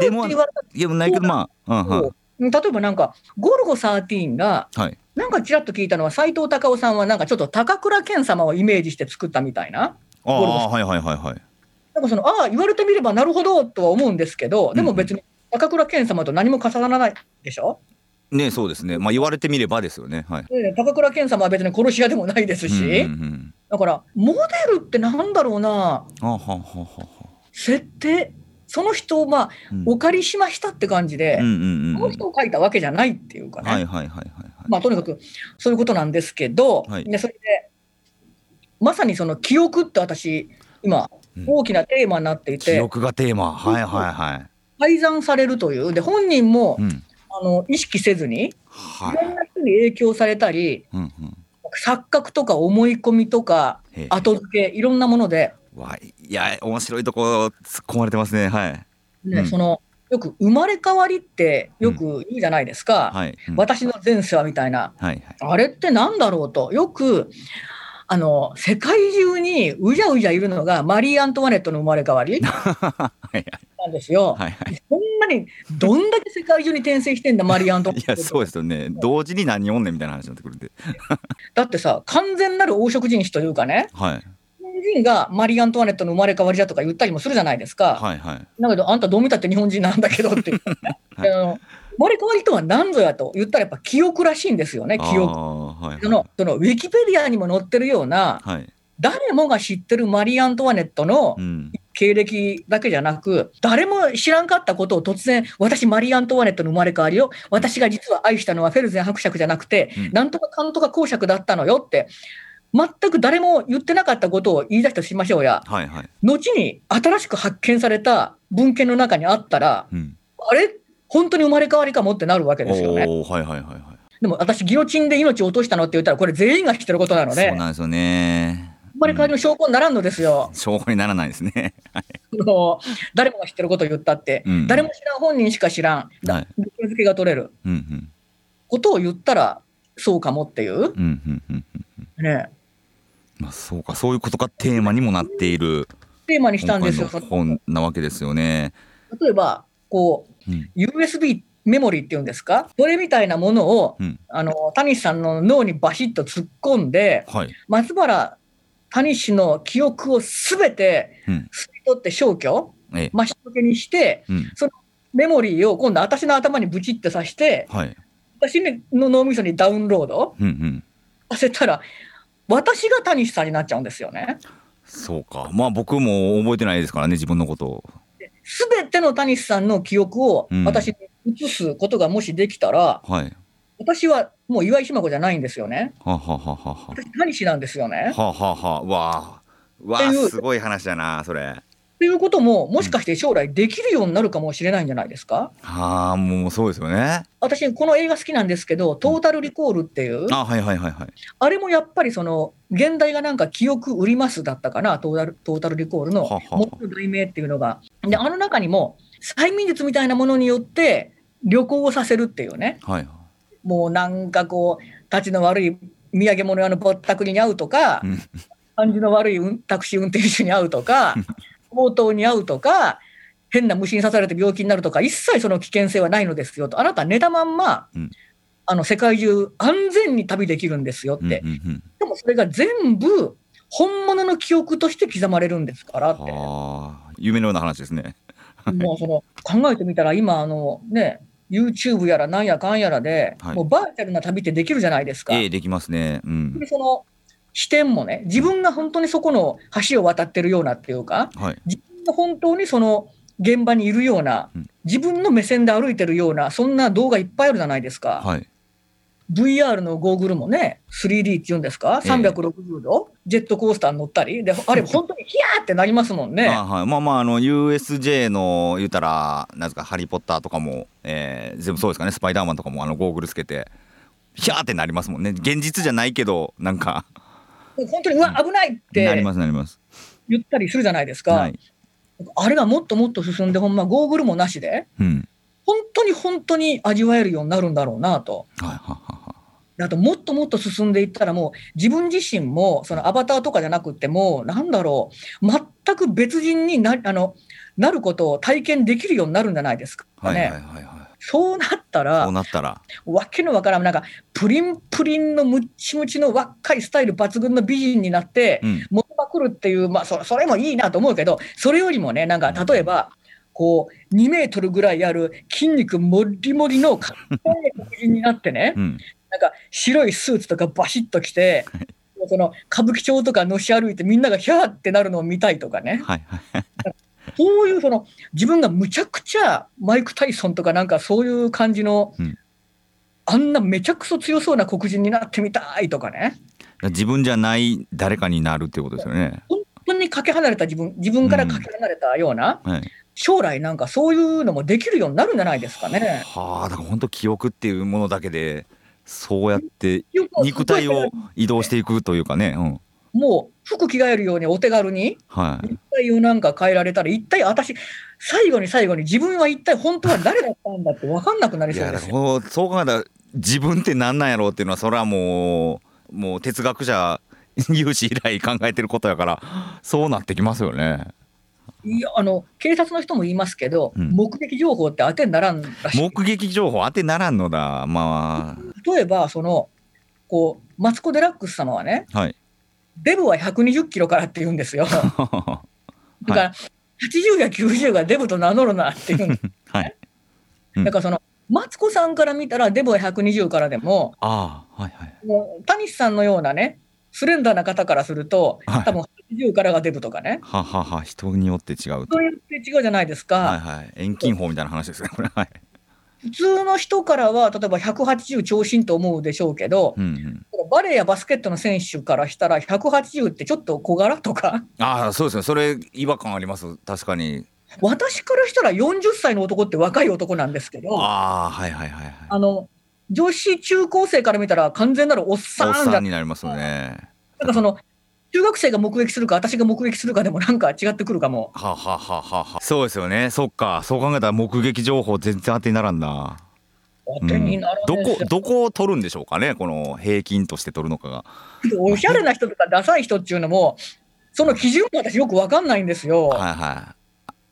[SPEAKER 2] デ。ルモデルって言われた
[SPEAKER 1] いや、ないけど、まあ、うん、はい。
[SPEAKER 2] 例えばなんか、ゴルゴ13が、
[SPEAKER 1] はい。
[SPEAKER 2] なんかちらっと聞いたのは、斎藤隆夫さんは、なんかちょっと高倉健様をイメージして作ったみたいな、
[SPEAKER 1] あ
[SPEAKER 2] ゴルゴ
[SPEAKER 1] あ、はい、はい、はい、はい。
[SPEAKER 2] なんかその、ああ、言われてみればなるほどとは思うんですけど、でも別に高倉健様と何も重ならないでしょ、
[SPEAKER 1] ね、そうですね。まあ、言われてみればですよね。はい。
[SPEAKER 2] で高倉健様は別に殺し屋でもないですし、
[SPEAKER 1] うんうんうん
[SPEAKER 2] だから、モデルってなんだろうな、
[SPEAKER 1] あははははは。
[SPEAKER 2] 設定、その人をまあ
[SPEAKER 1] うん
[SPEAKER 2] お借りしましたって感じで、
[SPEAKER 1] うんうんうん
[SPEAKER 2] そ
[SPEAKER 1] う
[SPEAKER 2] の
[SPEAKER 1] ん。
[SPEAKER 2] 人を描いたわけじゃないっていうかね。
[SPEAKER 1] はいはいはいはいはい。
[SPEAKER 2] まあ、とにかくそういうことなんですけど、
[SPEAKER 1] はい
[SPEAKER 2] ね、それでまさにその記憶って私今
[SPEAKER 1] うん
[SPEAKER 2] 大きなテーマになってい
[SPEAKER 1] 記
[SPEAKER 2] て、
[SPEAKER 1] 憶がテーマ。はいはいはい。
[SPEAKER 2] 改ざんされるというで本人も、
[SPEAKER 1] うん。
[SPEAKER 2] あの意識せずにい
[SPEAKER 1] は
[SPEAKER 2] ろん
[SPEAKER 1] い。
[SPEAKER 2] な人に影響されたり
[SPEAKER 1] うんうん。
[SPEAKER 2] 錯覚とか思い込みとか
[SPEAKER 1] へえ
[SPEAKER 2] 後付けいろんなもので、
[SPEAKER 1] わいいや面白いとこ突っ込まれてますね。はい
[SPEAKER 2] ね
[SPEAKER 1] うん
[SPEAKER 2] そのよく生まれ変わりってよく言うじゃないですか、
[SPEAKER 1] はい。うんはい
[SPEAKER 2] 私の前世はみたいな
[SPEAKER 1] はい。
[SPEAKER 2] あれってなんだろうと、よく、あの、世界中にうじゃうじゃいるのがマリー・アントワネットの生まれ変わりな
[SPEAKER 1] はい
[SPEAKER 2] んですよ。
[SPEAKER 1] はいは
[SPEAKER 2] そんなに、どんだけ世界中に転生してんだ、マリー・アントワ
[SPEAKER 1] い。
[SPEAKER 2] ネ
[SPEAKER 1] い
[SPEAKER 2] ッ
[SPEAKER 1] や
[SPEAKER 2] ト。
[SPEAKER 1] そうですよね。同時に何読んねんみたいな話になってくるんで。
[SPEAKER 2] だってさ、完全なる黄色人種というかね、
[SPEAKER 1] はい
[SPEAKER 2] 日本人がマリー・アントワネットの生まれ変わりだとか言ったりもするじゃないですか。
[SPEAKER 1] はいはい。
[SPEAKER 2] だけど、あんたどう見たって日本人なんだけどっていう、
[SPEAKER 1] <laughs> はい
[SPEAKER 2] あの生まれ変わりとは何ぞやと言ったらやっぱ記憶らしいんですよね、記
[SPEAKER 1] あ
[SPEAKER 2] 憶。
[SPEAKER 1] ーはい
[SPEAKER 2] そのそのウィキペディアにも載ってるような、
[SPEAKER 1] はい。はい。
[SPEAKER 2] 誰もが知ってるマリー・アントワネットの
[SPEAKER 1] うん。
[SPEAKER 2] 経歴だけじゃなく、誰も知らんかったことを突然、私、マリー・アントワネットの生まれ変わりよ、私が実は愛したのはフェルゼン伯爵じゃなくて、
[SPEAKER 1] うん
[SPEAKER 2] なんとかかんとか公爵だったのよって、全く誰も言ってなかったことを言い出したとしましょうや、
[SPEAKER 1] はいはい。
[SPEAKER 2] 後に新しく発見された文献の中にあったら、
[SPEAKER 1] うん。
[SPEAKER 2] あれ本当に生まれ変わりかもってなるわけ
[SPEAKER 1] お
[SPEAKER 2] ですよね。
[SPEAKER 1] おーはいはいはいはい。
[SPEAKER 2] でも私、ギロチンで命を落としたのって言ったら、これ全員が知ってることなの
[SPEAKER 1] そ
[SPEAKER 2] で、
[SPEAKER 1] う
[SPEAKER 2] 生
[SPEAKER 1] なんですよね。
[SPEAKER 2] まれ変わりの証拠にならんのですよ。
[SPEAKER 1] 証拠にならないですね。
[SPEAKER 2] あの誰もが知ってることを言ったって、
[SPEAKER 1] うん
[SPEAKER 2] 誰も知らん本人しか知らん、
[SPEAKER 1] はい。
[SPEAKER 2] 結び付けが取れる
[SPEAKER 1] うんうん
[SPEAKER 2] ことを言ったら、そうかもっていう、
[SPEAKER 1] うんうんうんうん。
[SPEAKER 2] ね、
[SPEAKER 1] まあそうかそういうことがテーマにもなっている
[SPEAKER 2] テーマにした
[SPEAKER 1] 今
[SPEAKER 2] んで
[SPEAKER 1] 回
[SPEAKER 2] す
[SPEAKER 1] の
[SPEAKER 2] よ。そ
[SPEAKER 1] 本なわけですよね。
[SPEAKER 2] の例えば、こう、
[SPEAKER 1] うん
[SPEAKER 2] USB メモリーっていうんですか、それみたいなものを、
[SPEAKER 1] うん
[SPEAKER 2] あの谷さんの脳にバシッと突っ込んで、
[SPEAKER 1] はい。
[SPEAKER 2] 松原谷氏の記憶をすべて
[SPEAKER 1] うん
[SPEAKER 2] 吸い取って消去、
[SPEAKER 1] ええ。
[SPEAKER 2] 真っ白けにして、
[SPEAKER 1] うん。
[SPEAKER 2] メモリーを今度、私の頭にブチってさして、
[SPEAKER 1] はい。
[SPEAKER 2] 私の脳みそにダウンロード。
[SPEAKER 1] うんうん。
[SPEAKER 2] させたら、私が谷さんになっちゃうんですよね。
[SPEAKER 1] そうか。まあ僕も覚えてないですからね、自分のことを。
[SPEAKER 2] すべての谷さんの記憶を
[SPEAKER 1] うん
[SPEAKER 2] 私に移すことがもしできたら、
[SPEAKER 1] はい。
[SPEAKER 2] 私はもう岩井島子じゃないんですよね。
[SPEAKER 1] はあ、はあはあはあは
[SPEAKER 2] 私、谷氏なんですよね。
[SPEAKER 1] あ、はあはあはあ、わあ。わ
[SPEAKER 2] っ
[SPEAKER 1] あ、
[SPEAKER 2] ていう
[SPEAKER 1] すごい話だな、それ。
[SPEAKER 2] ということも、もしかして将来できるようになるかもしれないんじゃないですか。
[SPEAKER 1] はあ、もうそうですよね。
[SPEAKER 2] 私、この映画好きなんですけど、トータルリコールっていう、
[SPEAKER 1] あ、はいはいはいはい。
[SPEAKER 2] あれもやっぱりその、現代がなんか記憶売りますだったかな、トータルトータルリコールの
[SPEAKER 1] はあはあ
[SPEAKER 2] 元の題名っていうのが。で、あの中にも、催眠術みたいなものによって、旅行をさせるっていうね。
[SPEAKER 1] はい。
[SPEAKER 2] もうなんかこう、たちの悪い土産物屋のぼったくりに会うとか
[SPEAKER 1] うん、
[SPEAKER 2] 感じの悪いうんタクシー運転手に会うとか、
[SPEAKER 1] <laughs>
[SPEAKER 2] 強盗に会うとか、変な無心刺されて病気になるとか、一切その危険性はないのですよと、あなた寝たまんま、
[SPEAKER 1] うん
[SPEAKER 2] あの世界中安全に旅できるんですよって、
[SPEAKER 1] うんうん
[SPEAKER 2] でもそれが全部、本物の記憶として刻まれるんですか
[SPEAKER 1] う
[SPEAKER 2] ら
[SPEAKER 1] ん。
[SPEAKER 2] っ
[SPEAKER 1] はあ、夢のような話ですね。
[SPEAKER 2] て、もうその考えてみたら、今、あのね、YouTube やらなんやかんやらで、
[SPEAKER 1] はい
[SPEAKER 2] もうバーチャルな旅ってできるじゃないですか。
[SPEAKER 1] ええ、できますね。うん。
[SPEAKER 2] その視点もね、自分が本当にそこの橋を渡ってるようなっていうか、
[SPEAKER 1] はい。
[SPEAKER 2] 自分が本当にその現場にいるような
[SPEAKER 1] うん、
[SPEAKER 2] 自分の目線で歩いてるような、そんな動画いっぱいあるじゃないですか。
[SPEAKER 1] はい。
[SPEAKER 2] VR のゴーグルもね、3D っていうんですか、
[SPEAKER 1] ええ
[SPEAKER 2] 360度、ジェットコースターに乗ったり、であれ、本当にヒヤーってなりますもんね
[SPEAKER 1] あ。はい、まあまああの USJ の言うたらなんですか「ハリー・ポッター」とかも、えー全部そうですかね「スパイダーマン」とかもあのゴーグルつけてひゃーってなりますもんね現実じゃないけどなんか
[SPEAKER 2] 本当にうわ危ないっ
[SPEAKER 1] なり
[SPEAKER 2] て
[SPEAKER 1] ますなります
[SPEAKER 2] 言ったりするじゃないですか、
[SPEAKER 1] はい
[SPEAKER 2] あれがもっともっと進んでほんまゴーグルもなしで
[SPEAKER 1] うん
[SPEAKER 2] 本当に本当に味わえるようになるんだろうなと。
[SPEAKER 1] はいはいはいは
[SPEAKER 2] あともっともっと進んでいったらもう自分自身もそのアバターとかじゃなくってもうなんだろう全く別人になあのなることを体験できるようになるんじゃないですか
[SPEAKER 1] い
[SPEAKER 2] ね。
[SPEAKER 1] はいはいはいは
[SPEAKER 2] そうなった
[SPEAKER 1] いこう
[SPEAKER 2] ら
[SPEAKER 1] なったら
[SPEAKER 2] わけのわからんなんかプリンプリンのムッチムチの若いスタイル抜群の美人になって
[SPEAKER 1] うん
[SPEAKER 2] モテまくるっていう、まあ、そそれもいいなと思うけどそれよりもねなんか例えばこう2メートルぐらいある筋肉もりもりのかっこいい黒人になってね
[SPEAKER 1] うん
[SPEAKER 2] なんか白いスーツとかバシッと着て、その歌舞伎町とかのし歩いてみんながヒャーってなるのを見たいとかね
[SPEAKER 1] はいはい
[SPEAKER 2] そういうその自分がむちゃくちゃマイク・タイソンとかなんかそういう感じの、
[SPEAKER 1] うん
[SPEAKER 2] あんなめちゃくそ強そうな黒人になってみたいとかね
[SPEAKER 1] 自分じゃない誰かになるっていうことですよね
[SPEAKER 2] 本当にかけ離れた自分自分からかけ離れたような、
[SPEAKER 1] はい
[SPEAKER 2] 将来なんかそういうのもできるようになるんじゃないですかね。
[SPEAKER 1] はあだから本当記憶っていうものだけでそうやって肉体を移動していくというかね、うん、
[SPEAKER 2] もう服着替えるようにお手軽に
[SPEAKER 1] はい
[SPEAKER 2] 肉体をなんか変えられたら一体私最後に最後に自分は一体本当は誰だったんだって分かんなくなり
[SPEAKER 1] い
[SPEAKER 2] そう
[SPEAKER 1] や
[SPEAKER 2] で
[SPEAKER 1] だ
[SPEAKER 2] す
[SPEAKER 1] から
[SPEAKER 2] よ。
[SPEAKER 1] こうそう考えたら自分って何なんやろうっていうのはそれはもうもう哲学者 <laughs> 有志以来考えてることやからそうなってきますよね
[SPEAKER 2] いやあの警察の人も言いますけど、
[SPEAKER 1] うん
[SPEAKER 2] 目撃情報って当てにならんらしい。
[SPEAKER 1] 目撃情報当てならんのだま
[SPEAKER 2] 例えばそのこうマツコ・デラックス様はね
[SPEAKER 1] あはい
[SPEAKER 2] デブは120キロからって言うん <laughs> ですよ。だから、80や90がデブと名乗るなってい <laughs> うん
[SPEAKER 1] <laughs> はい
[SPEAKER 2] だからそのマツコさんから見たらデブは120からでも
[SPEAKER 1] ああはいはい
[SPEAKER 2] もうタニシさんのようなねスレンダーな方からすると
[SPEAKER 1] はい
[SPEAKER 2] 多分80からがデブとかね
[SPEAKER 1] ははは人によって違うと
[SPEAKER 2] そうやって違うじゃないですか、
[SPEAKER 1] はいはい遠近法みたいな話ですねこれはい、
[SPEAKER 2] 普通の人からは例えば180長身と思うでしょうけど
[SPEAKER 1] う、んうん、
[SPEAKER 2] バレーやバスケットの選手からしたら180ってちょっと小柄とか
[SPEAKER 1] ああそうですねそれ違和感あります確かに
[SPEAKER 2] 私からしたら40歳の男って若い男なんですけど
[SPEAKER 1] あ
[SPEAKER 2] あ
[SPEAKER 1] あはいはいはいはい
[SPEAKER 2] の女子中高生から見たら完全なるおっさ
[SPEAKER 1] おっ
[SPEAKER 2] ん
[SPEAKER 1] さ
[SPEAKER 2] だ
[SPEAKER 1] んになりますよね
[SPEAKER 2] なんかその中学生が目撃するか私が目撃するかでもなんか違ってくるかも。
[SPEAKER 1] はあはあはあはあはあそうですよねそっかそう考えたら目撃情報全然当てにならんな、
[SPEAKER 2] 当てになら
[SPEAKER 1] ど
[SPEAKER 2] ないです
[SPEAKER 1] こ
[SPEAKER 2] よ
[SPEAKER 1] どこを取るんでしょうかねこの平均として取るのかが
[SPEAKER 2] おしゃれな人とかダサい人っていうのもその基準も私よくわかんないんですよ。
[SPEAKER 1] はいは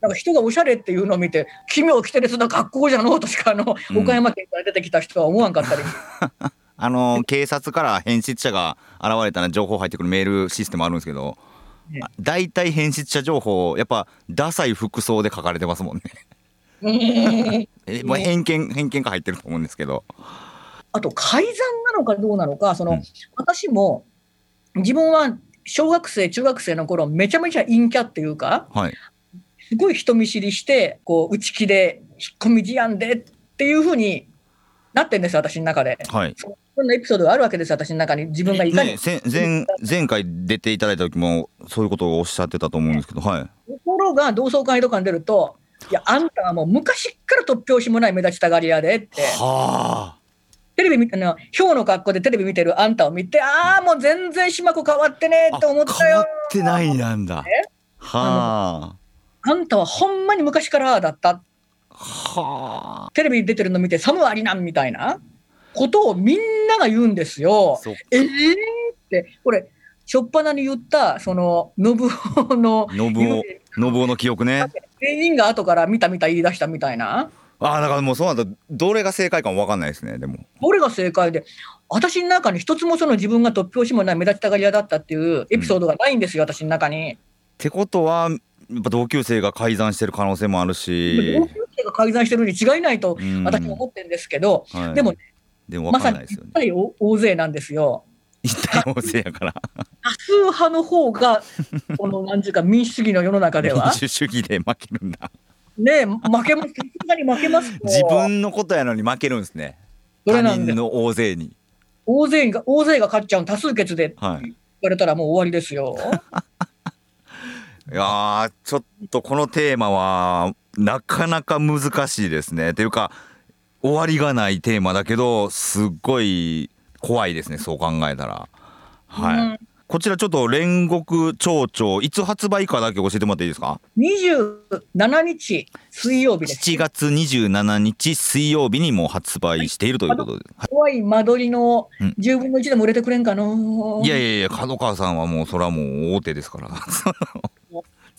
[SPEAKER 2] なんか人がおしゃれっていうのを見て「奇妙着てる人だ格好じゃのう」としかあの、
[SPEAKER 1] うん
[SPEAKER 2] 岡山県から出てきた人は思わん
[SPEAKER 1] <laughs>
[SPEAKER 2] かったり
[SPEAKER 1] いあの警察から変質者が現れたら情報入ってくるメールシステムあるんですけど
[SPEAKER 2] ね
[SPEAKER 1] あ大体変質者情報やっぱダサい服装で書かれてますもんね
[SPEAKER 2] うーん
[SPEAKER 1] えまあ
[SPEAKER 2] ね
[SPEAKER 1] 偏見偏見が入ってると思うんですけど
[SPEAKER 2] あと改ざんなのかどうなのかその、
[SPEAKER 1] うん
[SPEAKER 2] 私も自分は小学生中学生の頃めちゃめちゃ陰キャっていうか
[SPEAKER 1] はい
[SPEAKER 2] すごい人見知りしてこう内気で引っ込み思案でっていうふうになってんですよ私の中で。
[SPEAKER 1] はい
[SPEAKER 2] いろんなエピソードがあるわけですよ私の中に自分がいかに
[SPEAKER 1] ね、せん前前回出ていただいた時もそういうことをおっしゃってたと思うんですけどはい
[SPEAKER 2] ところが同窓会とかに出ると、いや、あんたはもう昔っから突拍子もない目立ちたがり屋でって、
[SPEAKER 1] はあ
[SPEAKER 2] テレビ見ての、ひょうの格好でテレビ見てるあんたを見て、ああ、もう全然島子変わってねえって思った
[SPEAKER 1] 変わ
[SPEAKER 2] よ。
[SPEAKER 1] ってないなんだ
[SPEAKER 2] え。
[SPEAKER 1] は
[SPEAKER 2] あんたはほんまに昔からああだった。
[SPEAKER 1] あ。は
[SPEAKER 2] テレビに出てるの見て、寒ありなんみたいなことをみんなが言うんです
[SPEAKER 1] あ。
[SPEAKER 2] よ。
[SPEAKER 1] そう。
[SPEAKER 2] えーって、これ、しょっぱなに言った、その、信夫の、
[SPEAKER 1] 信夫、信夫の記憶ね。
[SPEAKER 2] 全員が後から見た見た言い出したみたいな。
[SPEAKER 1] ああ、だからもうそうなると、どれが正解かもわかんないですね。でも。
[SPEAKER 2] どれが正解で私の中に一つもその自分が突拍子もない目立ちたがり屋だったっていうエピソードがないんですよ、私の中に。
[SPEAKER 1] ってことは、やっぱ同級生が改ざんしてる可能性もあるし
[SPEAKER 2] 同。級生が改ざんしてるに違いないと
[SPEAKER 1] うん
[SPEAKER 2] <laughs> 私は思ってるんですけど、
[SPEAKER 1] はい
[SPEAKER 2] でも、
[SPEAKER 1] でもわ
[SPEAKER 2] ま
[SPEAKER 1] か
[SPEAKER 2] さ
[SPEAKER 1] ん
[SPEAKER 2] に
[SPEAKER 1] ないです
[SPEAKER 2] 一
[SPEAKER 1] よね。
[SPEAKER 2] 体大大勢なんですよ。
[SPEAKER 1] 一体大勢や
[SPEAKER 2] <laughs>
[SPEAKER 1] から。
[SPEAKER 2] 多数派の方 <laughs> がこの何ていうか民主主義の世の中では
[SPEAKER 1] 民 <laughs> 主主義で負けるんだ。
[SPEAKER 2] ねえ負けますさすがに負けますよ
[SPEAKER 1] 自分のことやのに負けるんですね。
[SPEAKER 2] そ
[SPEAKER 1] 他
[SPEAKER 2] れなんで
[SPEAKER 1] 人の大勢に。
[SPEAKER 2] 大勢が大勢が勝っちゃうの多数決でって
[SPEAKER 1] はい。
[SPEAKER 2] 言われたらもう終わりですよ。
[SPEAKER 1] いやーちょっとこのテーマはなかなか難しいですね。というか終わりがないテーマだけどすっごい怖いですねそう考えたらはい、
[SPEAKER 2] うん
[SPEAKER 1] こちらちょっと煉獄蝶々いつ発売かだけ教えてもらっていいですか
[SPEAKER 2] 27日水曜日です
[SPEAKER 1] 7月27日水曜日にもう発売しているということで、は
[SPEAKER 2] 怖い間取りの
[SPEAKER 1] うん
[SPEAKER 2] 10分の1でも売れてくれんかな、
[SPEAKER 1] い、いやいやいや角川さんはもうそれはもう大手ですからこ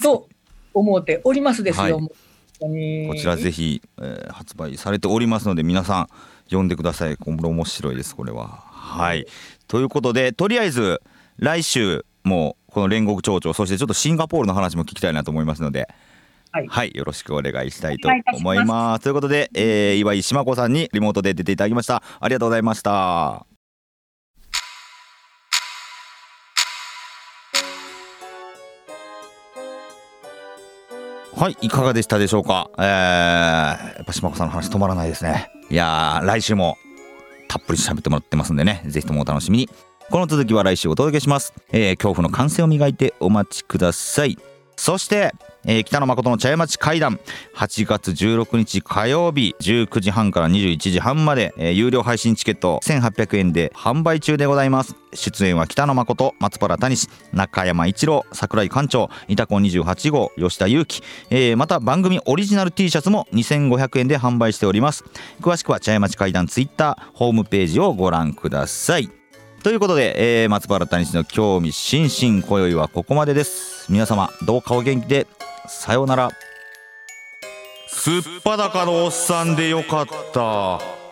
[SPEAKER 1] と
[SPEAKER 2] 思っておりますですよ、
[SPEAKER 1] はい
[SPEAKER 2] もう本当に
[SPEAKER 1] ちらぜひ、えー発売されておりますので皆さん読んでくださいこれ面白いですこれははいということでとりあえず来週もこの煉獄蝶々そしてちょっとシンガポールの話も聞きたいなと思いますので
[SPEAKER 2] はい
[SPEAKER 1] よろしくお願いしたいと
[SPEAKER 2] お願いいたします
[SPEAKER 1] 思いますということで、えー岩井島子さんにリモートで出ていただきましたありがとうございましたはい、いかがでしたでしょうか。えー、やっぱ島子さんの話止まらないですね。いやー、来週もたっぷり喋ってもらってますんでね、ぜひともお楽しみに。この続きは来週お届けします。えー、恐怖の感性を磨いてお待ちください。そして、えー北野誠の茶屋町会談8月16日火曜日19時半から21時半まで、えー有料配信チケット1800円で販売中でございます出演は北野誠松原谷志中山一郎桜井館長イタコ28号吉田裕樹、えーまた番組オリジナル T シャツも2500円で販売しております詳しくは茶屋町会談ツイッターホームページをご覧くださいということで、えー松原谷氏の興味津々今宵はここまでです皆様どうかお元気でさようならすっぱだかのおっさんでよかった